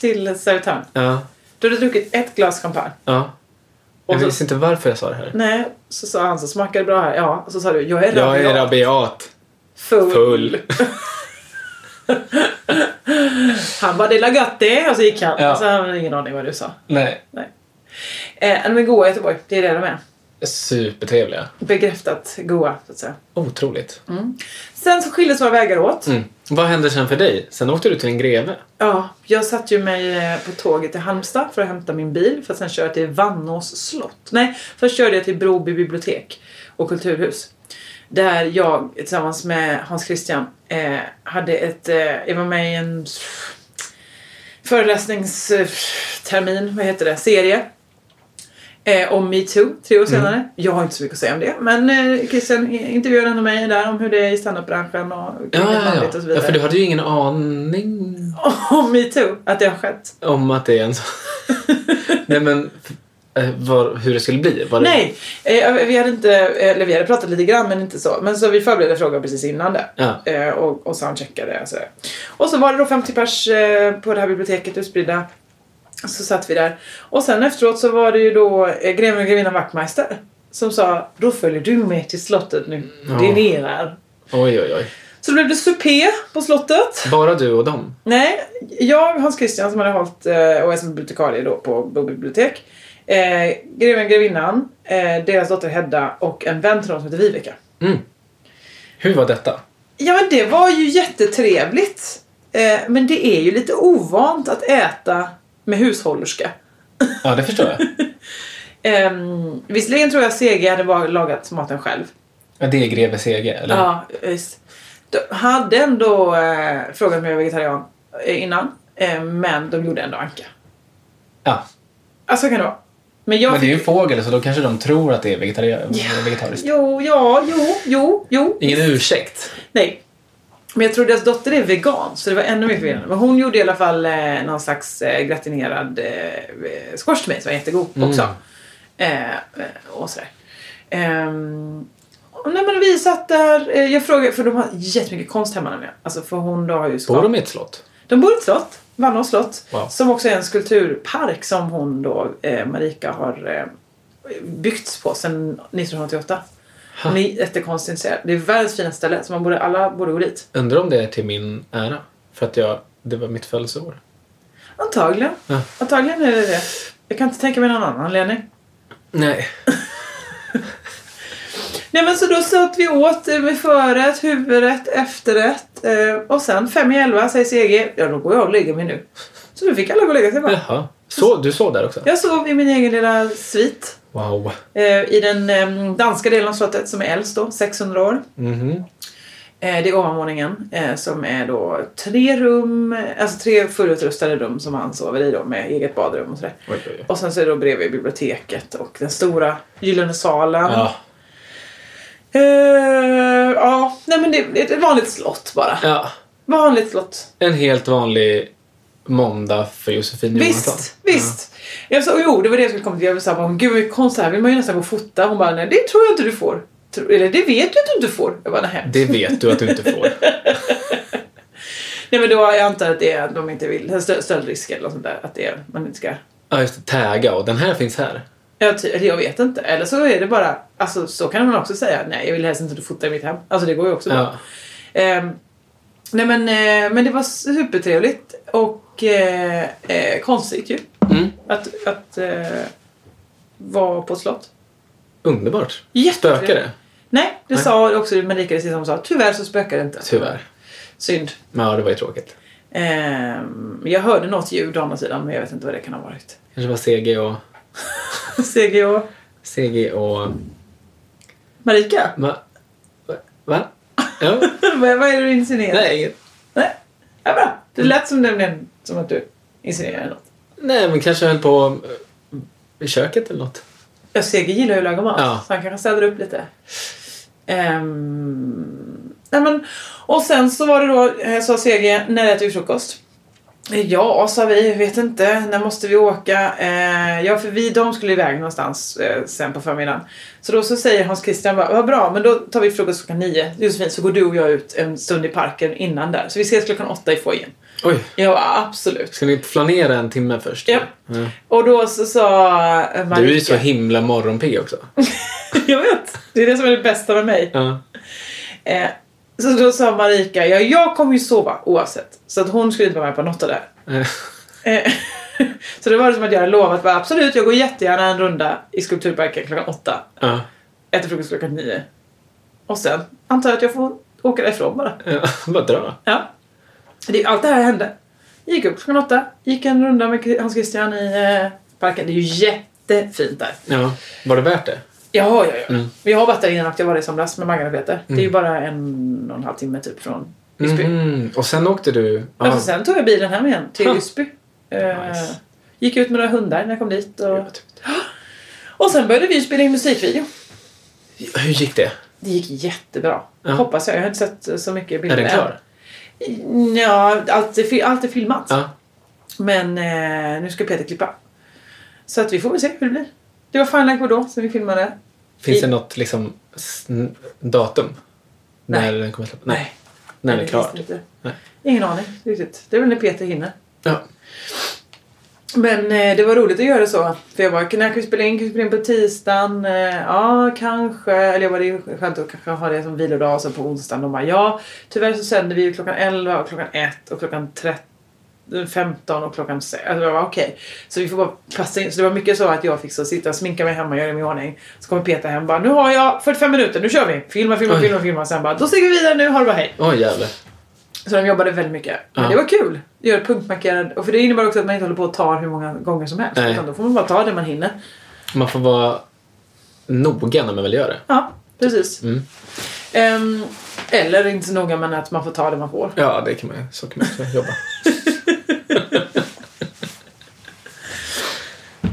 Speaker 3: Till Södertörn.
Speaker 4: Ja.
Speaker 3: Då hade du druckit ett glas champagne.
Speaker 4: ja.
Speaker 3: Och
Speaker 4: Jag
Speaker 3: så-
Speaker 4: minns inte varför jag sa det här.
Speaker 3: Nej, så sa han så smakar det bra här. Ja, och så sa du jag är
Speaker 4: Jag är
Speaker 3: rabiat
Speaker 4: rabiat
Speaker 3: full.
Speaker 4: full.
Speaker 3: Han bara det är la gött det och så gick han.
Speaker 4: Ja.
Speaker 3: Och så hade han ingen aning vad du sa.
Speaker 4: Nej.
Speaker 3: Eh, men goa i Göteborg, det är det de är.
Speaker 4: Supertrevliga.
Speaker 3: Bekräftat goa så att säga.
Speaker 4: Otroligt.
Speaker 3: Sen så skildes våra vägar åt.
Speaker 4: Mm. Vad hände sen för dig? Sen åkte du till en greve.
Speaker 3: Ja, jag satt ju mig eh, på tåget till Halmstad för att hämta min bil för att sen köra till Vannås slott. Nej, först körde jag till Broby bibliotek och kulturhus. Där jag tillsammans med Hans Christian eh, hade ett, eh, jag var med i en föreläsningstermin, vad heter det, serie. Eh, om metoo, tre
Speaker 4: Mm.
Speaker 3: år senare. Jag har inte så mycket att säga om det. Men eh, Christian intervjuade ändå mig där om hur det är i standupbranschen och
Speaker 4: Ja, ja, ja.
Speaker 3: manligt och så
Speaker 4: ja,
Speaker 3: vidare.
Speaker 4: för du hade ju ingen aning
Speaker 3: Om metoo, att det har skett.
Speaker 4: om att det är en sån. Nej, men eh, var, hur det skulle bli? Var det...
Speaker 3: Nej, eh, vi hade inte, eller vi hade pratat lite grann men inte så. Men så vi förberedde frågan precis innan det.
Speaker 4: Ja.
Speaker 3: Eh, och, och soundcheckade och sådär. Och så var det då 50 pers eh, på det här biblioteket utspridda. Så satt vi där. Och sen efteråt så var det ju då eh, greven och grevinnan Wachtmeister. Som sa, då följer du med till slottet nu. Det är ni där.
Speaker 4: Oj, oj, oj.
Speaker 3: Så då blev det supé på slottet.
Speaker 4: Bara du och dem?
Speaker 3: Nej, jag Hans Christian som hade hållit eh, och är som bibliotekarie då på Bo bibliotek. Eh, greven, grevinnan, eh, deras dotter Hedda och en vän till dem som heter Viveka.
Speaker 4: Mm. Hur var detta?
Speaker 3: Ja men det var ju jättetrevligt. Eh, men det är ju lite ovant att äta med hushållerska.
Speaker 4: Ja, det förstår jag.
Speaker 3: Eh, visserligen tror jag CG hade bara lagat maten själv.
Speaker 4: Ja, det är greve Sege, eller?
Speaker 3: Ja, visst. De hade ändå eh, frågat om jag var vegetarian eh, innan. Eh, men de gjorde ändå anka.
Speaker 4: Ja.
Speaker 3: Alltså kan det vara. Men jag
Speaker 4: Men det
Speaker 3: fick-
Speaker 4: är ju en fågel, så då kanske de tror att det är vegetari- vegetariskt.
Speaker 3: Jo, ja, jo, jo, jo.
Speaker 4: Ingen ursäkt.
Speaker 3: Nej. Men jag tror deras dotter är vegan så det var ännu mer förvirrande. Men hon gjorde i alla fall eh, någon slags eh, gratinerad eh, squash till mig som var jättegod
Speaker 4: Mm.
Speaker 3: också. Eh, eh, och sådär. Ehm, och nej, men vi satt där, eh, jag frågade, för de har jättemycket konst hemma nämligen. Alltså för hon då har ju
Speaker 4: Bor
Speaker 3: skapat
Speaker 4: de i ett slott?
Speaker 3: de bor i ett slott, Vannås slott,
Speaker 4: Wow.
Speaker 3: som också är en skulpturpark som hon då, eh, Marika, har eh, byggts på sedan 1988. Hon är jättekonstintresserad. Det är världens finaste ställe, så man borde, alla borde gå dit.
Speaker 4: Undrar om det är till min ära. För att jag, det var mitt födelseår.
Speaker 3: Antagligen.
Speaker 4: Ja.
Speaker 3: Antagligen är det det. Jag kan inte tänka mig någon annan anledning.
Speaker 4: Nej.
Speaker 3: Nej men så då satt vi åt eh, med förrätt, huvudrätt, efterrätt eh, och sen fem i elva säger CG, ja då går jag och lägger mig nu. Så då fick alla gå och lägga sig bara.
Speaker 4: Jaha. Så, du sov där också?
Speaker 3: Jag sov i min egen lilla svit.
Speaker 4: Wow.
Speaker 3: Eh, I den eh, danska delen av slottet som är äldst då, 600 år.
Speaker 4: Mhm.
Speaker 3: Eh, Det är ovanvåningen eh, som är då tre rum, eh, alltså tre fullutrustade rum som han sover i då med eget badrum och sådär.
Speaker 4: Oj, oj, oj.
Speaker 3: Och sen så är det då bredvid biblioteket och den stora gyllene salen.
Speaker 4: Ja.
Speaker 3: Eh, ja, nej men det, det är ett vanligt slott bara.
Speaker 4: ja.
Speaker 3: Vanligt slott.
Speaker 4: En helt vanlig måndag för Josefin Johansson.
Speaker 3: Visst, visst. Jag sa, jo, det var det jag skulle komma till. Jag sa, bara, gud vad konstigt, här vill man ju nästan gå och fota. Hon bara, nej det tror jag inte du får. Tro- Eller det vet jag att du inte får. Jag bara, nej.
Speaker 4: Det vet du att du inte får.
Speaker 3: Nej men då jag antar att det är att de inte vill, stö- stöldrisk eller något sånt där. Att det är, man inte ska,
Speaker 4: Ja, just det. Tagga och den här finns här.
Speaker 3: jag, ty- eller jag vet inte. Eller så är det bara, alltså så kan man också säga, nej jag vill helst inte att du fotar i mitt hem. Alltså det går ju också bra.
Speaker 4: Ja.
Speaker 3: Ehm, nej men, eh, men det var supertrevligt och eh, eh, konstigt ju.
Speaker 4: Mm.
Speaker 3: Att, att eh, vara på ett slott.
Speaker 4: Underbart.
Speaker 3: Jättetrevligt.
Speaker 4: Spökar det?
Speaker 3: Nej, det
Speaker 4: Nej.
Speaker 3: sa också Marika det sista hon sa. Tyvärr så spökar det inte.
Speaker 4: Tyvärr.
Speaker 3: Synd.
Speaker 4: Men ja, det var ju tråkigt.
Speaker 3: Ehm, jag hörde något ljud å andra sidan men jag vet inte vad det kan ha varit.
Speaker 4: Kanske var CG och...
Speaker 3: CGO.
Speaker 4: CG och...
Speaker 3: Marika?
Speaker 4: Va? Va? Va? Ja.
Speaker 3: vad vad är det du insinuerar?
Speaker 4: Nej, inget.
Speaker 3: Nej. Ja, bra. Det lät som, nämligen, som att du insinuerade något.
Speaker 4: Nej, men kanske höll på eh, i köket eller något.
Speaker 3: Ja, CG gillar ju att laga mat
Speaker 4: Ja.
Speaker 3: så han kanske städar upp lite. Ehm, nej men, och sen så var det då, eh, sa CG, när äter vi frukost? Ja, sa vi, vet inte, när måste vi åka? Eh, ja, för vi, de skulle iväg någonstans eh, sen på förmiddagen. Så då så säger Hans Christian bara, vad bra, men då tar vi frukost klockan nio. Josefin, så går du och jag ut en stund i parken innan där. Så vi ses klockan åtta i foajén.
Speaker 4: Oj,
Speaker 3: Jag bara, absolut.
Speaker 4: ska ni flanera en timme först?
Speaker 3: Ja.
Speaker 4: Mm.
Speaker 3: Och då så sa eh, Marika.
Speaker 4: Du är ju så himla morgonpigg också.
Speaker 3: Jag vet, det är det som är det bästa med mig.
Speaker 4: Ja.
Speaker 3: Eh, så då sa Marika, ja jag kommer ju sova oavsett. Så att hon skulle inte vara med på något av det här.
Speaker 4: Eh,
Speaker 3: Eh, så det var det som att jag hade lovat, bara, absolut jag går jättegärna en runda i Skulpturparken klockan åtta.
Speaker 4: ja.
Speaker 3: Äter frukost klockan nio. Och sen antar jag att jag får åka därifrån bara.
Speaker 4: Ja, Eh, Bara dra.
Speaker 3: Ja. Det, allt det här hände. Gick upp klockan åtta, gick en runda med Hans Christian i eh, parken. Det är ju jättefint där.
Speaker 4: Ja. Var det värt det?
Speaker 3: Ja, ja, ja.
Speaker 4: Mm.
Speaker 3: Vi har varit där innan och jag var där i somras med Maggan och Peter. Det är ju bara en och en halv timme typ från Visby.
Speaker 4: Mhm. Och sen åkte du...
Speaker 3: Men så Alltså, sen tog jag bilen hem igen till
Speaker 4: Huh.
Speaker 3: Visby. Eh,
Speaker 4: Nice. typ.
Speaker 3: Gick ut med några hundar när jag kom dit. Och,
Speaker 4: Gud,
Speaker 3: och sen började vi spela in musikvideo.
Speaker 4: Hur gick det?
Speaker 3: Det gick jättebra.
Speaker 4: Ja.
Speaker 3: Hoppas jag. Jag har inte sett så mycket bilder
Speaker 4: är den klar?
Speaker 3: än. Ja, allt är, fi- allt är filmat.
Speaker 4: Ja.
Speaker 3: Men eh, nu ska Peter klippa. Så att vi får väl se hur det blir. Det var Fine Like då som vi filmade.
Speaker 4: Finns det
Speaker 3: I-
Speaker 4: något liksom, sn- datum?
Speaker 3: Nej.
Speaker 4: När den kommer att släppas?
Speaker 3: Nej.
Speaker 4: När den är
Speaker 3: det
Speaker 4: klar?
Speaker 3: visste jag inte.
Speaker 4: Nej.
Speaker 3: Ingen aning riktigt. Det är väl när Peter hinner.
Speaker 4: Ja.
Speaker 3: Men eh, det var roligt att göra så. För jag bara, när kan vi spela in? Kan vi spela in på tisdagen? Eh, ja, kanske. Eller jag bara, det är ju skönt att kanske ha det som vilodag och sen på onsdagen. De bara, ja. Tyvärr så sänder vi ju klockan 11 och klockan 1 och klockan 13, 15 och klockan 6. Alltså jag bara, okej. Så vi får bara passa in. Så det var mycket så att jag fick så sitta och sminka mig hemma och göra mig i ordning. Så kommer Peter hem och bara, nu har jag 45 minuter, nu kör vi. Filma, filma,
Speaker 4: Oj.
Speaker 3: filma, filma. Sen bara, då stiger vi vidare nu, ha det bra, hej.
Speaker 4: Oj jävlar.
Speaker 3: Så de jobbade väldigt mycket. Men
Speaker 4: Ja.
Speaker 3: det var kul. Göra punktmarkerad. Och för det innebär också att man inte håller på och tar hur många gånger som helst.
Speaker 4: Nej.
Speaker 3: Utan då får man bara ta det man hinner.
Speaker 4: Man får vara noga när man väl gör det.
Speaker 3: Ja, precis.
Speaker 4: Mm.
Speaker 3: Ehm, eller inte så noga men att man får ta det man får.
Speaker 4: Ja, det kan man, så kan man också jobba.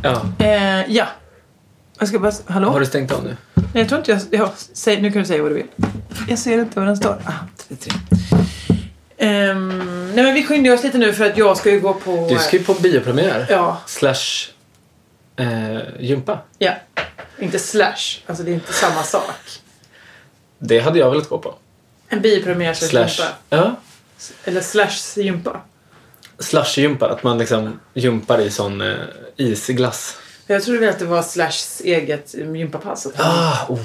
Speaker 4: ja.
Speaker 3: Eh, ja. Jag ska bara... Hallå?
Speaker 4: Har du stängt av nu?
Speaker 3: Nej, jag tror inte jag... jag säg, nu kan du säga vad du vill. Jag ser inte vad den står. Ah, 33. Ehm, nej men vi skyndar oss lite nu för att jag ska ju gå på...
Speaker 4: Du ska ju på biopremiär.
Speaker 3: Ja,
Speaker 4: Slash eh, gympa.
Speaker 3: ja. Inte slash. Alltså det är inte samma sak.
Speaker 4: Det hade jag velat gå på.
Speaker 3: En biopremiär så
Speaker 4: Slash,
Speaker 3: gympa.
Speaker 4: ja,
Speaker 3: Eller slash gympa.
Speaker 4: slash gympa. Att man liksom gympar i sån eh, isglass.
Speaker 3: Jag trodde väl att det var Slashs eget gympapass. att han-
Speaker 4: Ah, oh.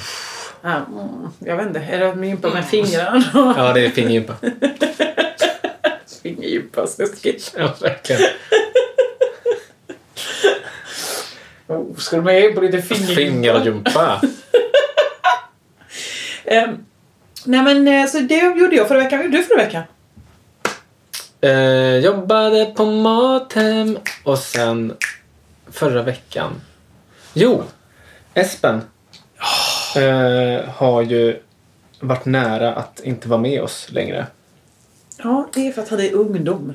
Speaker 3: Ah, mm, jag vet inte, är det att man gympar med fingrarna?
Speaker 4: Ja, det är fingergympa.
Speaker 3: Fingergympa, snuskigt.
Speaker 4: Ja, verkligen.
Speaker 3: Oh, ska du med på lite fingergympa?
Speaker 4: Fingergympa.
Speaker 3: Ehm, nej men eh, så det gjorde jag förra veckan. Vad gjorde du förra veckan?
Speaker 4: Eh, jobbade på Mathem och sen förra veckan. Jo, Espen eh, har ju varit nära att inte vara med oss längre.
Speaker 3: Ja, det är för att han är ungdom.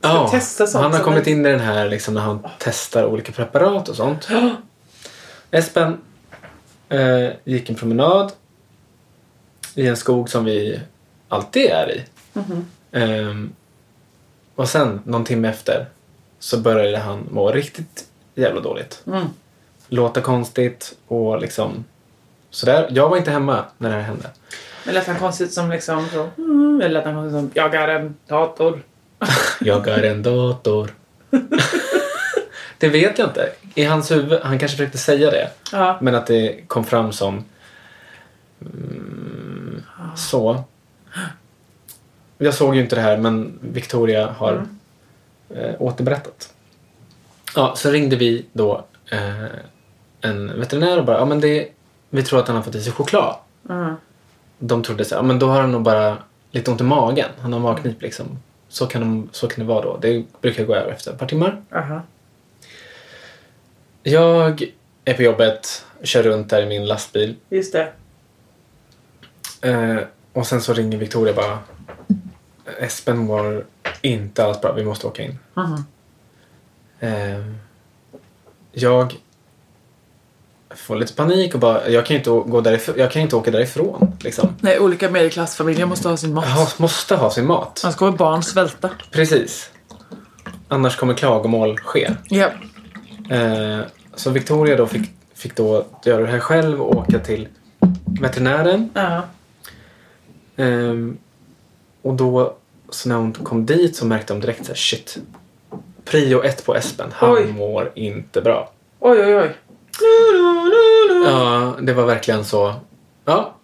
Speaker 3: Ska testa sånt
Speaker 4: han har
Speaker 3: som
Speaker 4: kommit
Speaker 3: en-
Speaker 4: in i den här liksom, när han testar olika preparat och sånt. Espen eh, gick en promenad i en skog som vi alltid är i.
Speaker 3: Mhm.
Speaker 4: Ehm, och sen, någon timme efter, så började han må riktigt jävla dåligt.
Speaker 3: Mm.
Speaker 4: Låta konstigt och liksom sådär. Jag var inte hemma när det här hände.
Speaker 3: Eller att han konstigt som liksom så, mm, eller att han konstigt som jag är en dator.
Speaker 4: Jag är en dator. det vet jag inte. I hans huvud, han kanske försökte säga det.
Speaker 3: Ja.
Speaker 4: Men att det kom fram som... Mm, så. Jag såg ju inte det här men Victoria har eh, återberättat. Ja, så ringde vi då eh, en veterinär och bara, ja men det, vi tror att han har fått i sig choklad.
Speaker 3: Mm.
Speaker 4: De trodde så här, ja men då har han nog bara lite ont i magen. Han har magknip liksom. Så kan, de, så kan det vara då. Det brukar gå över efter ett par timmar.
Speaker 3: Aha.
Speaker 4: Jag är på jobbet, kör runt där i min lastbil.
Speaker 3: Just det.
Speaker 4: Eh, och sen så ringer Victoria bara. Espen mår inte alls bra, vi måste åka in.
Speaker 3: Mhm.
Speaker 4: Eh, jag får lite panik och bara, jag kan ju inte, å- gå därifrån, jag kan ju inte åka därifrån. Liksom.
Speaker 3: Nej, olika medelklassfamiljer måste ha sin mat.
Speaker 4: Jag har- måste ha sin mat.
Speaker 3: Annars kommer barn svälta.
Speaker 4: Precis. Annars kommer klagomål ske.
Speaker 3: Ja.
Speaker 4: Eh, så Victoria då fick, fick då göra det här själv och åka till veterinären.
Speaker 3: Ja.
Speaker 4: Ehm, och då, så när hon kom dit så märkte de direkt så här, shit. Prio ett på Espen, han
Speaker 3: Oj.
Speaker 4: mår inte bra.
Speaker 3: Oj, oj, oj. Mm.
Speaker 4: Ja, det var verkligen så. Ja,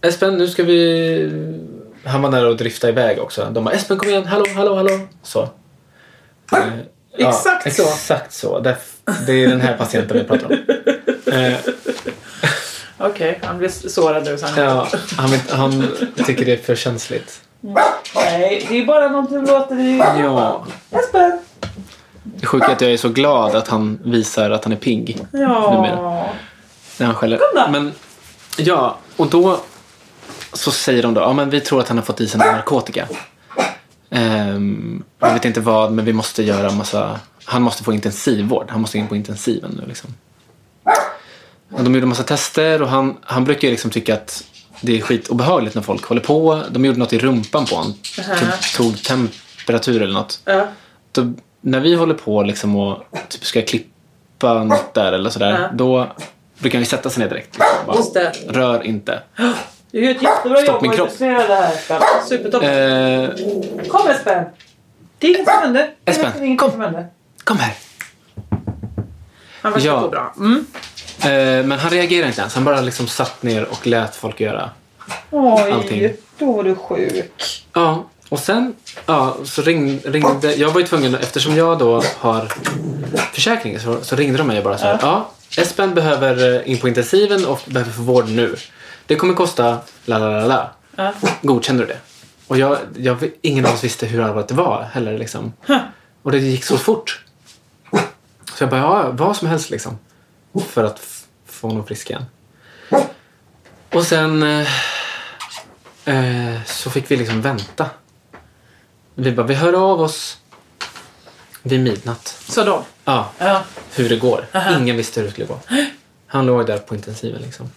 Speaker 4: Espen nu ska vi... Han var nära att drifta iväg också. De bara Espen kom igen, hallå, hallå, hallå. Så. Eh, ja,
Speaker 3: Ah, Exakt så.
Speaker 4: Exakt så. Det, det är den här patienten vi pratar om. Eh,
Speaker 3: Okej, han blir sårad nu. Så han...
Speaker 4: ja, han, vet- han tycker det är för känsligt.
Speaker 3: Nej, det är bara något som låter i...
Speaker 4: Ja.
Speaker 3: Espen!
Speaker 4: Det sjuka är att jag är så glad att han visar att han är pigg.
Speaker 3: Ja.
Speaker 4: Numera. när han skäller.
Speaker 3: Kom då!
Speaker 4: Men, ja, och då så säger de då, ja men vi tror att han har fått i sig någon narkotika. Um, jag vet inte vad, men vi måste göra massa, han måste få intensivvård. Han måste in på intensiven nu liksom. Och de gjorde massa tester och han, han brukar ju liksom tycka att det är skitobehagligt när folk håller på. De gjorde något i rumpan på honom. Typ tog temperatur eller något.
Speaker 3: Ja.
Speaker 4: Då, när vi håller på liksom och typ ska klippa något där eller sådär, då brukar vi sätta sig ner direkt. Liksom, bara,
Speaker 3: Just det.
Speaker 4: Rör inte.
Speaker 3: Du gör ett jättebra
Speaker 4: Stopp
Speaker 3: jobb
Speaker 4: min
Speaker 3: att
Speaker 4: kropp.
Speaker 3: illustrera det här Espen. Supertoppen.
Speaker 4: Eh,
Speaker 3: Kom Espen! Det är inget som händer. Det är
Speaker 4: Espen,
Speaker 3: verkligen inget
Speaker 4: kom.
Speaker 3: som händer.
Speaker 4: kom här.
Speaker 3: Han verkar
Speaker 4: Ja.
Speaker 3: så bra. Mm.
Speaker 4: Eh, men han reagerade inte ens. Han bara liksom satt ner och lät folk göra.
Speaker 3: Oj,
Speaker 4: Allting.
Speaker 3: då var du sjuk.
Speaker 4: Ja, och sen ja, så ring, ringde... Jag var ju tvungen, eftersom jag då har försäkring så, så ringde de mig och bara så här. Ja, Espen behöver eh, in på intensiven och behöver få vård nu. Det kommer kosta la la la la.
Speaker 3: Ja.
Speaker 4: Godkänner du det? Och jag, jag, ingen av oss visste hur allvarligt det var heller liksom. Och det gick så fort. Så jag bara, ja, vad som helst liksom. För att f- få honom frisk igen. Och sen eh, eh, så fick vi liksom vänta. Vi bara, vi hör av oss vid midnatt.
Speaker 3: Så de.
Speaker 4: Ja,
Speaker 3: Ja.
Speaker 4: hur det går. Ingen visste hur det skulle gå. Han låg där på intensiven liksom.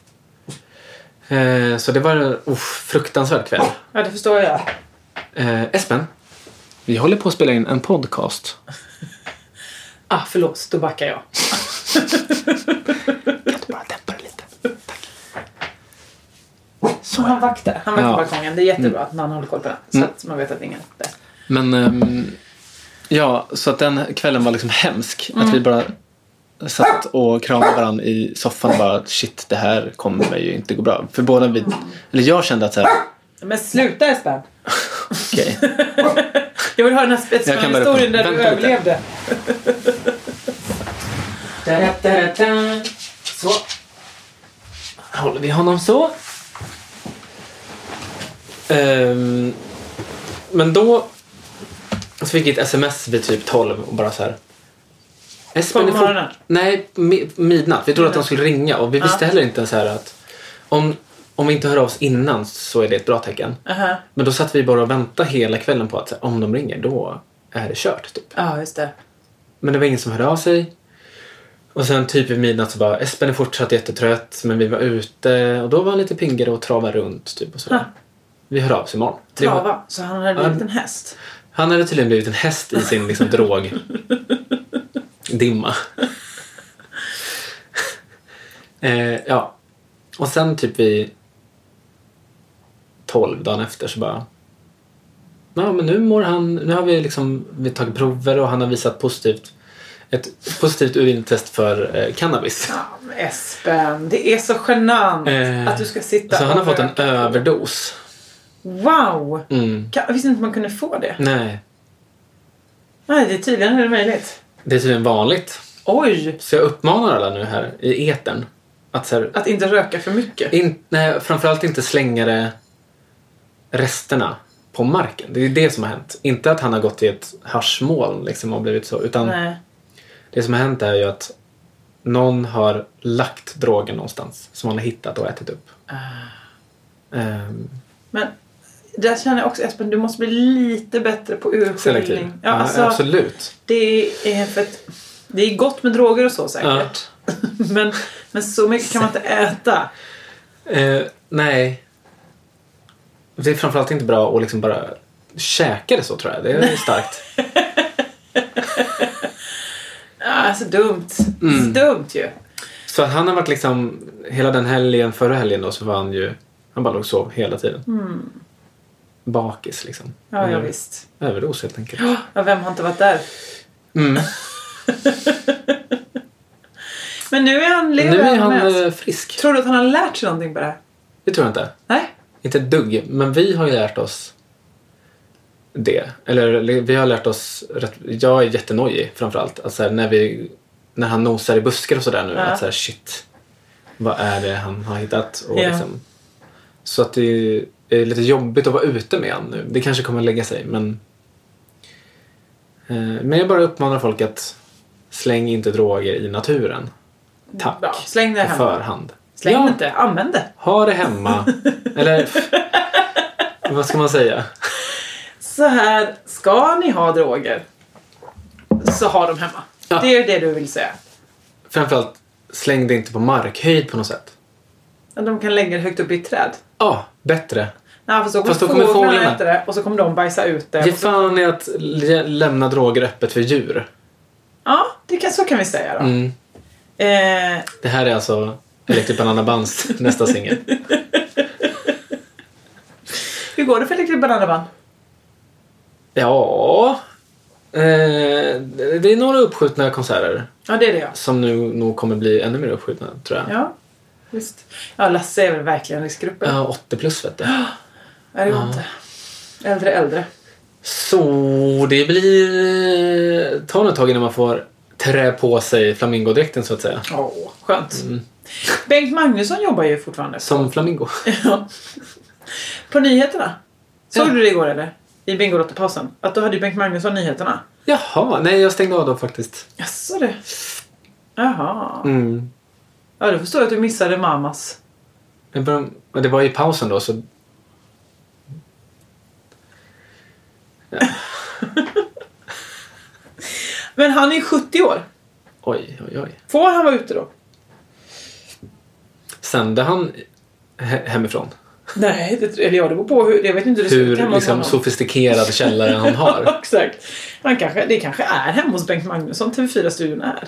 Speaker 4: Eh, så det var en oh, fruktansvärd kväll.
Speaker 3: ja, det förstår jag.
Speaker 4: Eh, Espen, vi håller på att spela in en podcast.
Speaker 3: Ah, förlåt. Då backar jag.
Speaker 4: Bara dämpa det lite.
Speaker 3: Så han vaktar. Han vaktar
Speaker 4: Ja.
Speaker 3: balkongen. Det är jättebra att någon håller koll på den. Så
Speaker 4: Mm.
Speaker 3: att man vet att ingen är där.
Speaker 4: Men ehm, ja, så att den kvällen var liksom hemsk. Att vi bara satt och kramade varandra i soffan och bara shit, det här kommer ju inte gå bra. För båda vi, eller jag kände att så här,
Speaker 3: Men sluta Espen!
Speaker 4: okej.
Speaker 3: Jag vill höra den här
Speaker 4: Jag kan börja på-
Speaker 3: Spetsman-historien där du
Speaker 4: vänta lite.
Speaker 3: överlevde.
Speaker 4: Så. Håller vi honom så. Ehm, men då så fick jag ett sms vid typ 12 och bara så här. Espen
Speaker 3: På
Speaker 4: är fort-
Speaker 3: morgonen?
Speaker 4: Nej, mi- midnatt. Vi trodde att de skulle ringa och vi visste heller inte så här att om, om vi inte hör av oss innan så är det ett bra tecken.
Speaker 3: Aha.
Speaker 4: Men då satt vi bara och väntade hela kvällen på att så här, om de ringer då är det kört. Typ.
Speaker 3: Ja, just det.
Speaker 4: Men det var ingen som hörde av sig. Och sen typ vid midnatt så bara, Espen är fortsatt jättetrött men vi var ute och då var han lite piggare och travade runt typ och sådär.
Speaker 3: Ha.
Speaker 4: Vi hör av oss imorgon. Det var-
Speaker 3: Trava. Så han hade blivit en häst.
Speaker 4: Han hade tydligen blivit en häst i sin liksom drog. Dimma. eh, ja. Och sen typ vid 12 dagen efter så bara Ja men nu mår han, nu har vi liksom vi har tagit prover och han har visat positivt ett positivt urintest för eh, cannabis.
Speaker 3: Ja, men Espen, det är så genant
Speaker 4: Eh,
Speaker 3: att du ska sitta
Speaker 4: Så han har
Speaker 3: och
Speaker 4: fått en
Speaker 3: röka.
Speaker 4: överdos.
Speaker 3: Wow!
Speaker 4: Mm.
Speaker 3: Kan, jag visste inte man kunde få det.
Speaker 4: Nej,
Speaker 3: Nej, det är tydligen är det möjligt.
Speaker 4: det är tydligen vanligt.
Speaker 3: Oj!
Speaker 4: Så jag uppmanar alla nu här i etern att så här,
Speaker 3: Att inte röka för mycket.
Speaker 4: In, nej, framförallt inte slänga det resterna på marken. Det är det som har hänt. Inte att han har gått i ett haschmoln liksom och blivit så. Utan
Speaker 3: Nej.
Speaker 4: det som har hänt är ju att någon har lagt drogen någonstans som han har hittat och ätit upp.
Speaker 3: Ah.
Speaker 4: Ehm,
Speaker 3: Men där känner jag också Espen, du måste bli lite bättre på
Speaker 4: selektiv.
Speaker 3: urskiljning. Ja, alltså,
Speaker 4: absolut.
Speaker 3: det är för att det är gott med droger och så
Speaker 4: Ja.
Speaker 3: säkert. men, men så mycket kan man inte äta.
Speaker 4: Eh, nej. Det är framförallt inte bra att liksom bara käka det så tror jag. Det är starkt.
Speaker 3: Ah, så dumt.
Speaker 4: Mm.
Speaker 3: Så dumt ju.
Speaker 4: Så att han har varit liksom, hela den helgen, förra helgen då, så var han ju, han bara låg och sov hela tiden. Bakis liksom.
Speaker 3: Mm. Ja, ja
Speaker 4: Mm.
Speaker 3: visst.
Speaker 4: Överdos helt enkelt.
Speaker 3: Ja, vem har inte varit där?
Speaker 4: Mm.
Speaker 3: Men nu är han, lever
Speaker 4: Nu är han
Speaker 3: med oss.
Speaker 4: eh, frisk.
Speaker 3: Tror du att han har lärt sig någonting på det här?
Speaker 4: Det tror jag inte.
Speaker 3: Nej?
Speaker 4: Inte ett dugg. Men vi har ju lärt oss det. Eller vi har lärt oss, rätt, jag är jättenojig framförallt. Att så här, när, vi, när han nosar i buskar och sådär nu,
Speaker 3: Ja.
Speaker 4: att så här, shit. Vad är det han har hittat? Och
Speaker 3: Ja.
Speaker 4: liksom, så att det är lite jobbigt att vara ute med honom nu. Det kanske kommer att lägga sig men eh, men jag bara uppmanar folk att släng inte droger i naturen. Tack.
Speaker 3: Bra. Släng det
Speaker 4: på
Speaker 3: hemma.
Speaker 4: förhand.
Speaker 3: Släng
Speaker 4: ja,
Speaker 3: inte, använd det.
Speaker 4: ha det hemma. Eller vad ska man säga?
Speaker 3: Så här, ska ni ha droger så ha dem hemma.
Speaker 4: Ja.
Speaker 3: Det är det du vill säga.
Speaker 4: Framförallt, släng det inte på markhöjd på något sätt.
Speaker 3: Att de kan lägga det högt upp i ett träd.
Speaker 4: Ja, bättre.
Speaker 3: Nej, för så kommer,
Speaker 4: Fast då kommer
Speaker 3: fåglarna
Speaker 4: fåglarna.
Speaker 3: äta det och så kommer de bajsa ut det.
Speaker 4: Ge
Speaker 3: Och så,
Speaker 4: fan i att lä- lämna droger öppet för djur.
Speaker 3: ja, det kan, så kan vi säga då.
Speaker 4: Mm.
Speaker 3: Eh,
Speaker 4: Det här är alltså Electric Banana Bands nästa singel.
Speaker 3: hur går det för Electric Banana Band?
Speaker 4: Ja, eh, det är några uppskjutna konserter
Speaker 3: Ja, det är det ja.
Speaker 4: som nu nog kommer bli ännu mer uppskjutna tror jag.
Speaker 3: Ja, visst. Ja, Lasse är väl verkligen riskgruppen.
Speaker 4: Ja, 80 plus vet du.
Speaker 3: Är det går inte. Äldre, äldre.
Speaker 4: Så det blir... eh, Ta nu ett tag innan man får trä på sig flamingodräkten så att säga.
Speaker 3: Åh, skönt. Mm. Bengt Magnusson jobbar ju fortfarande.
Speaker 4: Som flamingo.
Speaker 3: Ja. På nyheterna. Såg
Speaker 4: Ja.
Speaker 3: du det igår eller? I Bingolotto-pausen? Att då hade ju Bengt Magnusson nyheterna.
Speaker 4: Jaha, nej jag stängde av dem faktiskt.
Speaker 3: Jaså du. Jaha.
Speaker 4: Mm.
Speaker 3: Ja, då förstår jag att du missade mammas.
Speaker 4: Jag började- men Det var i pausen då så...
Speaker 3: Men han är ju 70 år.
Speaker 4: Oj, oj, oj.
Speaker 3: Får han vara ute då?
Speaker 4: Sände han he- hemifrån?
Speaker 3: Nej, det, eller ja, det beror på hur, jag vet inte hur det ser ut
Speaker 4: Hur
Speaker 3: hemma
Speaker 4: liksom,
Speaker 3: hos honom.
Speaker 4: sofistikerad källare han har.
Speaker 3: Exakt. Han kanske, det kanske är hemma hos Bengt Magnusson TV4-studion är.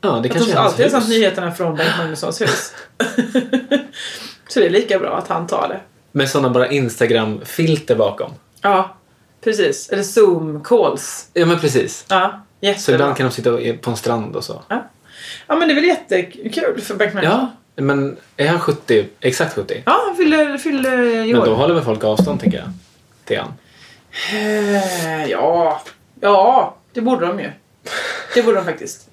Speaker 4: Ja, det
Speaker 3: Jag tror
Speaker 4: kanske är
Speaker 3: alltid jag har
Speaker 4: hans
Speaker 3: satt
Speaker 4: hus.
Speaker 3: nyheterna från Bengt Magnussons hus. Så det är lika bra att han tar det.
Speaker 4: Med sådana bara Instagram-filter bakom.
Speaker 3: Ja, precis. Eller Zoom-calls.
Speaker 4: Ja, men precis.
Speaker 3: Ja,
Speaker 4: Så
Speaker 3: jättebra.
Speaker 4: ibland kan de sitta och- på en strand och så.
Speaker 3: Ja. ja, men det är väl jättekul för Bengt Magnusson.
Speaker 4: Ja, men är han 70, exakt 70?
Speaker 3: Ja, han fyller, fyller i
Speaker 4: Men då
Speaker 3: år.
Speaker 4: håller väl folk avstånd, tänker jag. Till han.
Speaker 3: Eh, ja. ja, det borde de ju. Det borde de faktiskt.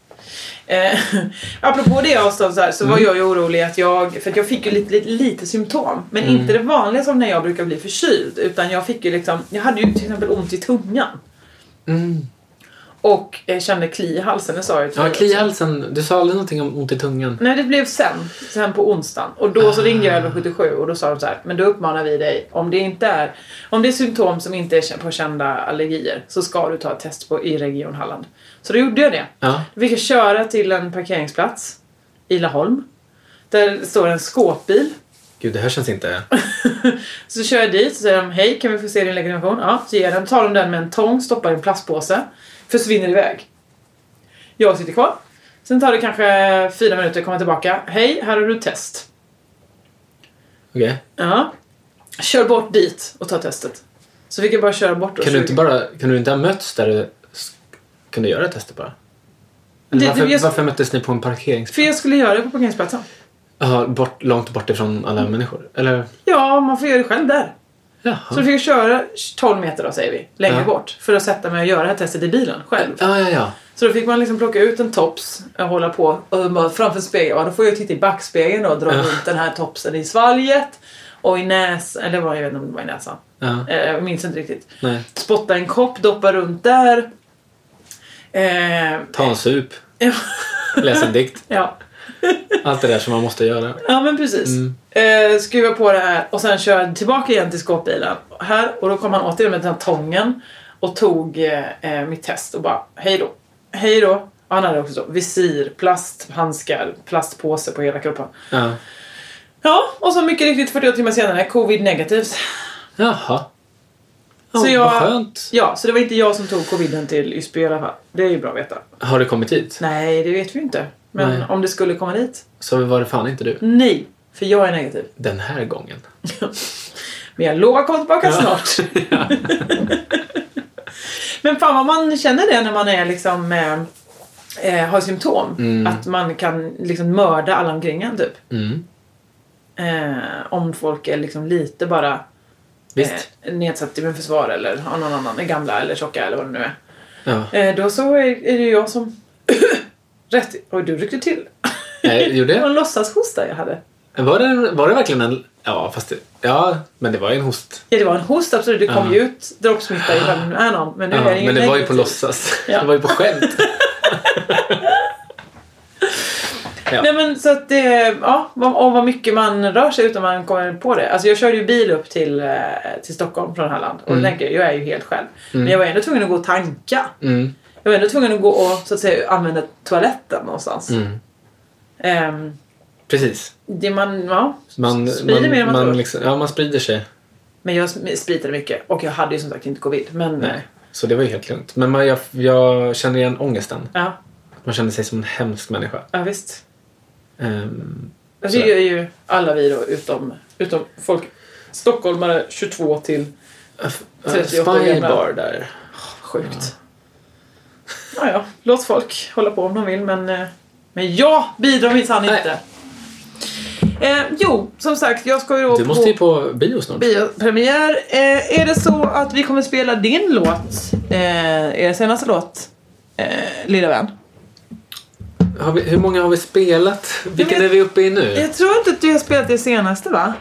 Speaker 3: Eh, apropå det avstånd så, här, så
Speaker 4: Mm.
Speaker 3: var jag ju orolig att jag, för att jag fick ju lite, lite, lite symptom. Men
Speaker 4: Mm.
Speaker 3: inte det vanliga som när jag brukar bli förkyld. Utan jag fick ju liksom, jag hade ju till exempel ont i tungan. Och eh, kände kli i halsen, det sa jag ju till
Speaker 4: Mm.
Speaker 3: dig
Speaker 4: Ja, kli i
Speaker 3: också.
Speaker 4: halsen. Du sa aldrig någonting om ont i tungan.
Speaker 3: Nej, det blev sen. Sen på onsdagen. Och då så ringde jag 1177 och då sa de så här, men då uppmanar vi dig, om det inte är, om det är symptom som inte är på kända allergier så ska du ta ett test på, i Region Halland. Så då gjorde jag det.
Speaker 4: Ja.
Speaker 3: Då fick jag köra till en parkeringsplats i Laholm. Där står en skåpbil.
Speaker 4: Gud, det här känns inte...
Speaker 3: Så kör jag dit och säger de, hej kan vi få se din legitimation? Ja, så ger jag den, tar de den med en tång, stoppar i en plastpåse, försvinner iväg. Jag sitter kvar. Sen tar det kanske fyra minuter att komma tillbaka. Hej, här har du test.
Speaker 4: Okej.
Speaker 3: Ja. Kör bort dit och ta testet. Så fick jag bara köra bort och
Speaker 4: Kan du inte
Speaker 3: försöka-
Speaker 4: bara... Kan du inte ha mötts där du s- kunde göra testet bara? Eller
Speaker 3: Det-
Speaker 4: varför,
Speaker 3: det- jag-
Speaker 4: varför möttes ni på en
Speaker 3: För
Speaker 4: parkeringsplats?
Speaker 3: jag skulle göra det på parkeringsplatsen.
Speaker 4: Ja, bort, långt bort ifrån alla
Speaker 3: Mm.
Speaker 4: människor? Eller?
Speaker 3: Ja, man får göra det själv där. Så då
Speaker 4: Jaha.
Speaker 3: fick jag köra 12 meter då säger vi, längre
Speaker 4: Ja.
Speaker 3: bort. För att sätta mig och göra det här testet i bilen själv.
Speaker 4: Ja, ja, ja.
Speaker 3: Så då fick man liksom plocka ut en tops och hålla på och bara framför spegeln. Ja, då får jag titta i backspegeln då och dra
Speaker 4: Ja.
Speaker 3: runt den här topsen i svalget och i näsan, eller vad jag vet inte om det var i näsan.
Speaker 4: ja.
Speaker 3: Eh, Jag minns inte riktigt.
Speaker 4: Nej.
Speaker 3: Spotta en kopp, doppa runt där. Eh,
Speaker 4: Ta en sup.
Speaker 3: Ja.
Speaker 4: Läs en dikt.
Speaker 3: ja.
Speaker 4: Allt det där som man måste göra.
Speaker 3: Ja men precis.
Speaker 4: Mm.
Speaker 3: Eh, skruva på det här och sen köra tillbaka igen till skåpbilen. Här, och då kom han återigen med den här tången och tog eh, eh, mitt test och bara hej då. Hej då. Och han hade också så, visir, plasthandskar, plastpåse på hela kroppen.
Speaker 4: Ja.
Speaker 3: Ja, och så mycket riktigt 48 timmar senare, covid negativt.
Speaker 4: Jaha. Ja,
Speaker 3: Så jag-
Speaker 4: Vad skönt.
Speaker 3: Ja, så det var inte jag som tog coviden till Ysby i alla fall. Det är ju bra att veta.
Speaker 4: Har du kommit hit?
Speaker 3: Nej, det vet vi ju inte. Men
Speaker 4: Nej.
Speaker 3: om det skulle komma dit?
Speaker 4: Så var det fan inte du.
Speaker 3: Nej, för jag är negativ.
Speaker 4: Den här gången.
Speaker 3: Men jag lovar komma tillbaka snart. Men fan vad man känner det när man är liksom eh, eh, har symptom. Att man kan liksom mörda alla omkring en typ.
Speaker 4: Mm.
Speaker 3: Eh, om folk är liksom lite bara
Speaker 4: Visst.
Speaker 3: eh, nedsatt i immunförsvar eller har någon annan, är gamla eller tjocka eller vad det nu är.
Speaker 4: Ja.
Speaker 3: Eh, då så är, är det jag som rätt Oj, du ryckte till.
Speaker 4: Nej, Eh, gjorde
Speaker 3: Det var
Speaker 4: jag?
Speaker 3: en låtsashosta jag hade.
Speaker 4: Var det, var det verkligen en... Ja, fast det, Ja, men det var ju en host.
Speaker 3: Ja, det var en host absolut. Det kom
Speaker 4: Ja.
Speaker 3: ju ut droppsmitta i vem det nu är någon. Men nu
Speaker 4: Ja,
Speaker 3: är det
Speaker 4: Ah. men det var ju på
Speaker 3: negativ.
Speaker 4: låtsas.
Speaker 3: Ja.
Speaker 4: Det var ju på skämt. Ja.
Speaker 3: Nej men så att det, ja, vad- och vad mycket man rör sig utan man kommer på det. Alltså jag körde ju bil upp till, eh, till Stockholm från Halland och då tänker jag, jag är ju helt själv. Men jag var ändå tvungen att gå och tanka.
Speaker 4: Mm.
Speaker 3: Jag var ändå tvungen att gå och så att säga använda toaletten någonstans.
Speaker 4: Mm.
Speaker 3: Ehm,
Speaker 4: Precis.
Speaker 3: det man, ja,
Speaker 4: Man,
Speaker 3: sprider
Speaker 4: man,
Speaker 3: mer än man, tror.
Speaker 4: liksom, Ja, man sprider sig.
Speaker 3: Men jag sm- spritade mycket och jag hade ju som sagt inte covid. Men eh,
Speaker 4: Nej. Så det var ju helt lugnt. Men man, jag, jag känner igen ångesten.
Speaker 3: ja,
Speaker 4: Man känner sig som en hemsk människa.
Speaker 3: ja visst.
Speaker 4: Ehm,
Speaker 3: Alltså, det
Speaker 4: Sådär.
Speaker 3: gör ju alla vi då utom, utom folk stockholmare 22 till
Speaker 4: äh,
Speaker 3: 38 år gamla.
Speaker 4: Spybar där.
Speaker 3: Sjukt. Ja. ja, låt folk hålla på om de vill men, eh, men jag bidrar minsann
Speaker 4: Nej.
Speaker 3: inte. Eh, jo, som sagt, jag ska ju då
Speaker 4: Du måste ju på bio snart.
Speaker 3: biopremiär. Eh, är det så att vi kommer spela din låt, eh, er senaste låt, eh, lilla vän?
Speaker 4: Har vi, hur många har vi spelat? Vilken
Speaker 3: vet-
Speaker 4: är vi uppe i nu?
Speaker 3: Jag tror inte att du har spelat det senaste va?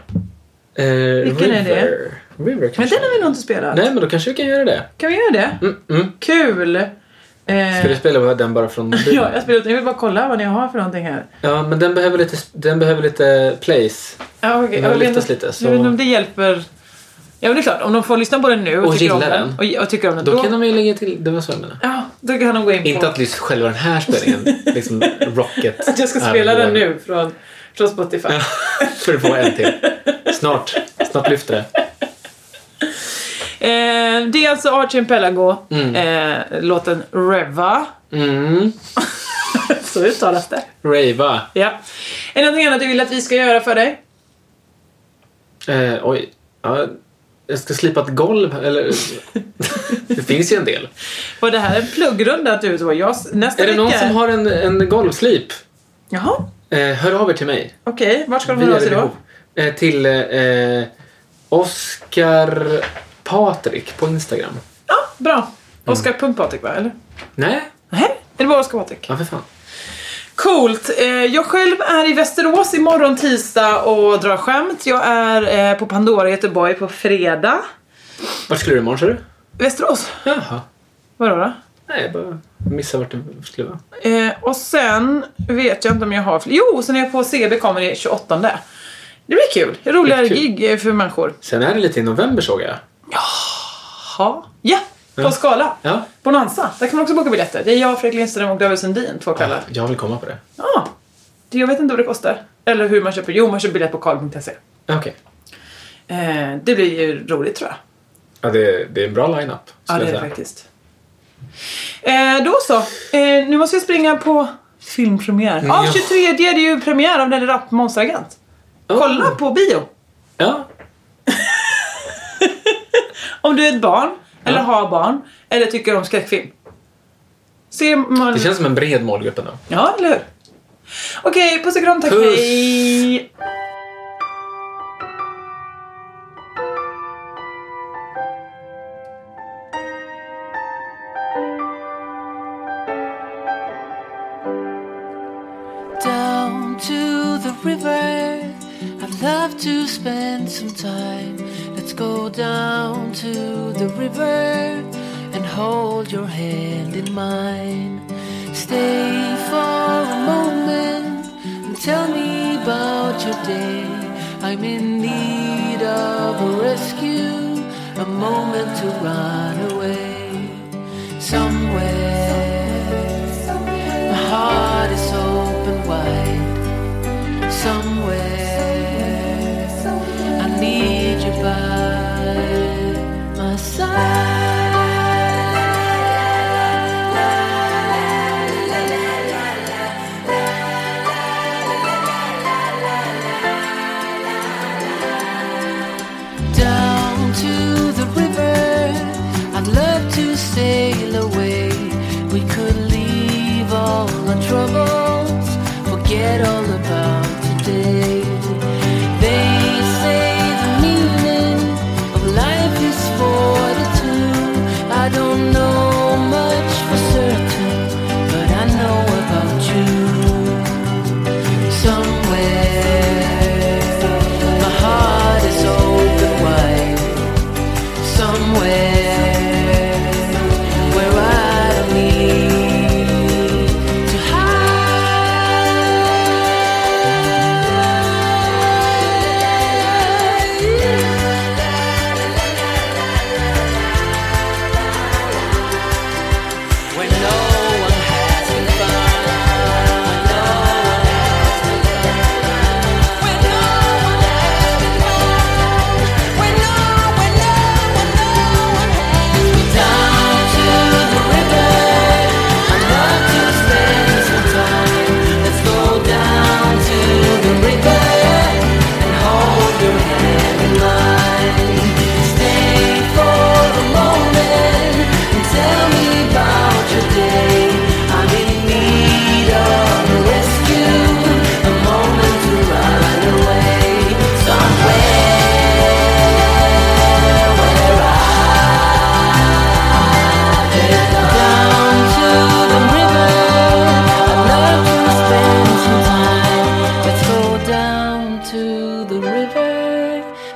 Speaker 4: Eh,
Speaker 3: vilken är
Speaker 4: River.
Speaker 3: det?
Speaker 4: River
Speaker 3: Men
Speaker 4: kanske.
Speaker 3: den har vi nog inte spelat.
Speaker 4: Nej, men då kanske vi kan göra det.
Speaker 3: Kan vi göra det?
Speaker 4: Mm, mm.
Speaker 3: Kul! Eh,
Speaker 4: Ska du spela den bara från bion?
Speaker 3: ja, jag, spelar ut, jag vill bara kolla vad ni har för någonting här.
Speaker 4: Ja, men den behöver lite, den behöver lite place.
Speaker 3: Ja, okej.
Speaker 4: Den
Speaker 3: Jag
Speaker 4: har
Speaker 3: vet
Speaker 4: lyftats
Speaker 3: inte-
Speaker 4: lite,
Speaker 3: Jag vet
Speaker 4: så-
Speaker 3: inte om det hjälper. Ja men det är klart, om de får lyssna på den nu och,
Speaker 4: Och
Speaker 3: tycker om
Speaker 4: gillar
Speaker 3: den. Och, och tycker om den.
Speaker 4: Då kan de ju lägga till, det var så jag menade.
Speaker 3: Ja, då kan de gå in på
Speaker 4: Inte att lyssna själva den här spelningen, liksom Rocket.
Speaker 3: att jag ska
Speaker 4: är
Speaker 3: spela den
Speaker 4: vår-
Speaker 3: nu från, från Spotify.
Speaker 4: För att få en till. Snart, snart lyfter det.
Speaker 3: Eh, det är alltså Archie Pelago, eh, låten Reva.
Speaker 4: Mm.
Speaker 3: Så uttalas det.
Speaker 4: Rava.
Speaker 3: Ja. Är det någonting annat du vill att vi ska göra för dig?
Speaker 4: Eh, oj. Ja, jag ska slipa ett golv, eller... det finns ju en del.
Speaker 3: Var det här en pluggrunda att du var? Jag, nästa
Speaker 4: Är det någon
Speaker 3: vecka?
Speaker 4: som har en, en golvslip?
Speaker 3: Jaha,
Speaker 4: Eh, hör av er till mig.
Speaker 3: okej. Vart ska de
Speaker 4: Vi
Speaker 3: höra av
Speaker 4: är i
Speaker 3: sig då?
Speaker 4: behov. Eh, till eh, Oskar Patrik på Instagram.
Speaker 3: Ja,
Speaker 4: Mm.
Speaker 3: bra. Oskar.Patrik va, eller?
Speaker 4: Nej,
Speaker 3: Nej, är det bara Oskar Patrik?
Speaker 4: ja för fan.
Speaker 3: Coolt! Eh, jag själv är i Västerås imorgon tisdag och drar skämt. Jag är eh, på Pandora i Göteborg på fredag.
Speaker 4: Vart skulle du imorgon sa du?
Speaker 3: Västerås?
Speaker 4: Jaha.
Speaker 3: Vadå då?
Speaker 4: Nej, jag bara missade vart du skulle vara.
Speaker 3: Eh, och sen vet jag inte om jag har fler. Jo, sen är jag på CB kommer det 28. Det blir kul. Roligare
Speaker 4: Det blir kul.
Speaker 3: gig eh, för människor.
Speaker 4: Sen är det lite i november såg jag.
Speaker 3: Ha. Ja, på
Speaker 4: Ja.
Speaker 3: Skala.
Speaker 4: Ja.
Speaker 3: Bonanza. Där kan man också boka biljetter. Det är jag, Fredrik Lindström och David Sundin två kvällar.
Speaker 4: Jag vill komma på det.
Speaker 3: Ja. Det- Jag vet inte vad det kostar. Eller hur man köper. Jo, man köper biljett på karl.se.
Speaker 4: Okej.
Speaker 3: Eh, det blir ju roligt tror jag.
Speaker 4: Ja, det, det är en bra line-up.
Speaker 3: Ja,
Speaker 4: skulle
Speaker 3: det
Speaker 4: jag
Speaker 3: är det
Speaker 4: säga.
Speaker 3: faktiskt. Eh, då så. Eh, nu måste jag springa på filmpremiär. Ja,
Speaker 4: Mm, ja.
Speaker 3: 23 är det ju premiär av Nelly Rapp Monsteragent.
Speaker 4: Oh.
Speaker 3: Kolla på bio.
Speaker 4: Ja,
Speaker 3: Om du är ett barn, eller har barn, eller tycker om skräckfilm. Se man...
Speaker 4: det känns som en bred målgrupp ändå.
Speaker 3: Ja, eller hur? Okej, puss och kram. Tack.
Speaker 4: Puss.
Speaker 3: Hej.
Speaker 7: down to the river. I'd love to spend some time. Let's go down to the river and hold your hand in mine. Stay for a moment and tell me about your day. I'm in need of a rescue, a moment to run away. Somewhere, my heart is open wide. Somewhere, I need you by my side. down to the river. I'd love to sail away. We could leave all our troubles, forget all about today.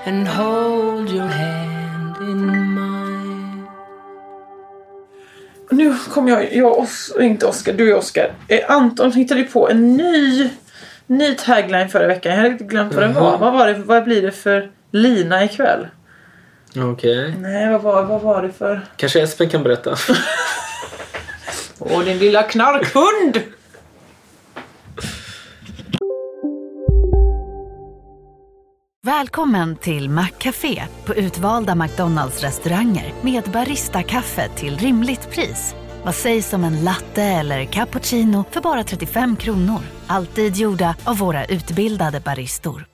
Speaker 7: and hold your hand in mine.
Speaker 3: Nu kom jag, jag och Os- inte Oskar, du och Oskar. Eh, Anton hittade ju på en ny, ny tagline förra veckan. Jag hade lite glömt vad den
Speaker 4: Jaha.
Speaker 3: var. Vad, var det, vad blir det för lina ikväll?
Speaker 4: Okej.
Speaker 3: Nej, vad var, vad var det för...
Speaker 4: Kanske Espen kan berätta.
Speaker 3: Åh, din lilla knarkhund!
Speaker 5: Välkommen till Maccafé på utvalda McDonalds restauranger med Baristakaffe till rimligt pris. Vad sägs om en latte eller cappuccino för bara 35 kronor? Alltid gjorda av våra utbildade baristor.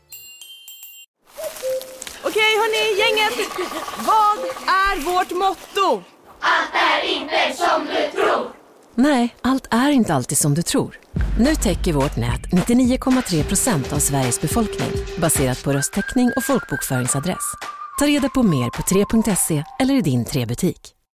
Speaker 8: Okej hörni, gänget! Vad är vårt motto?
Speaker 2: Nej, allt är inte alltid som du tror. Nu täcker vårt nät 99,3 procent av Sveriges befolkning baserat på röstteckning och folkbokföringsadress. Ta reda på mer på 3.se eller i din 3-butik.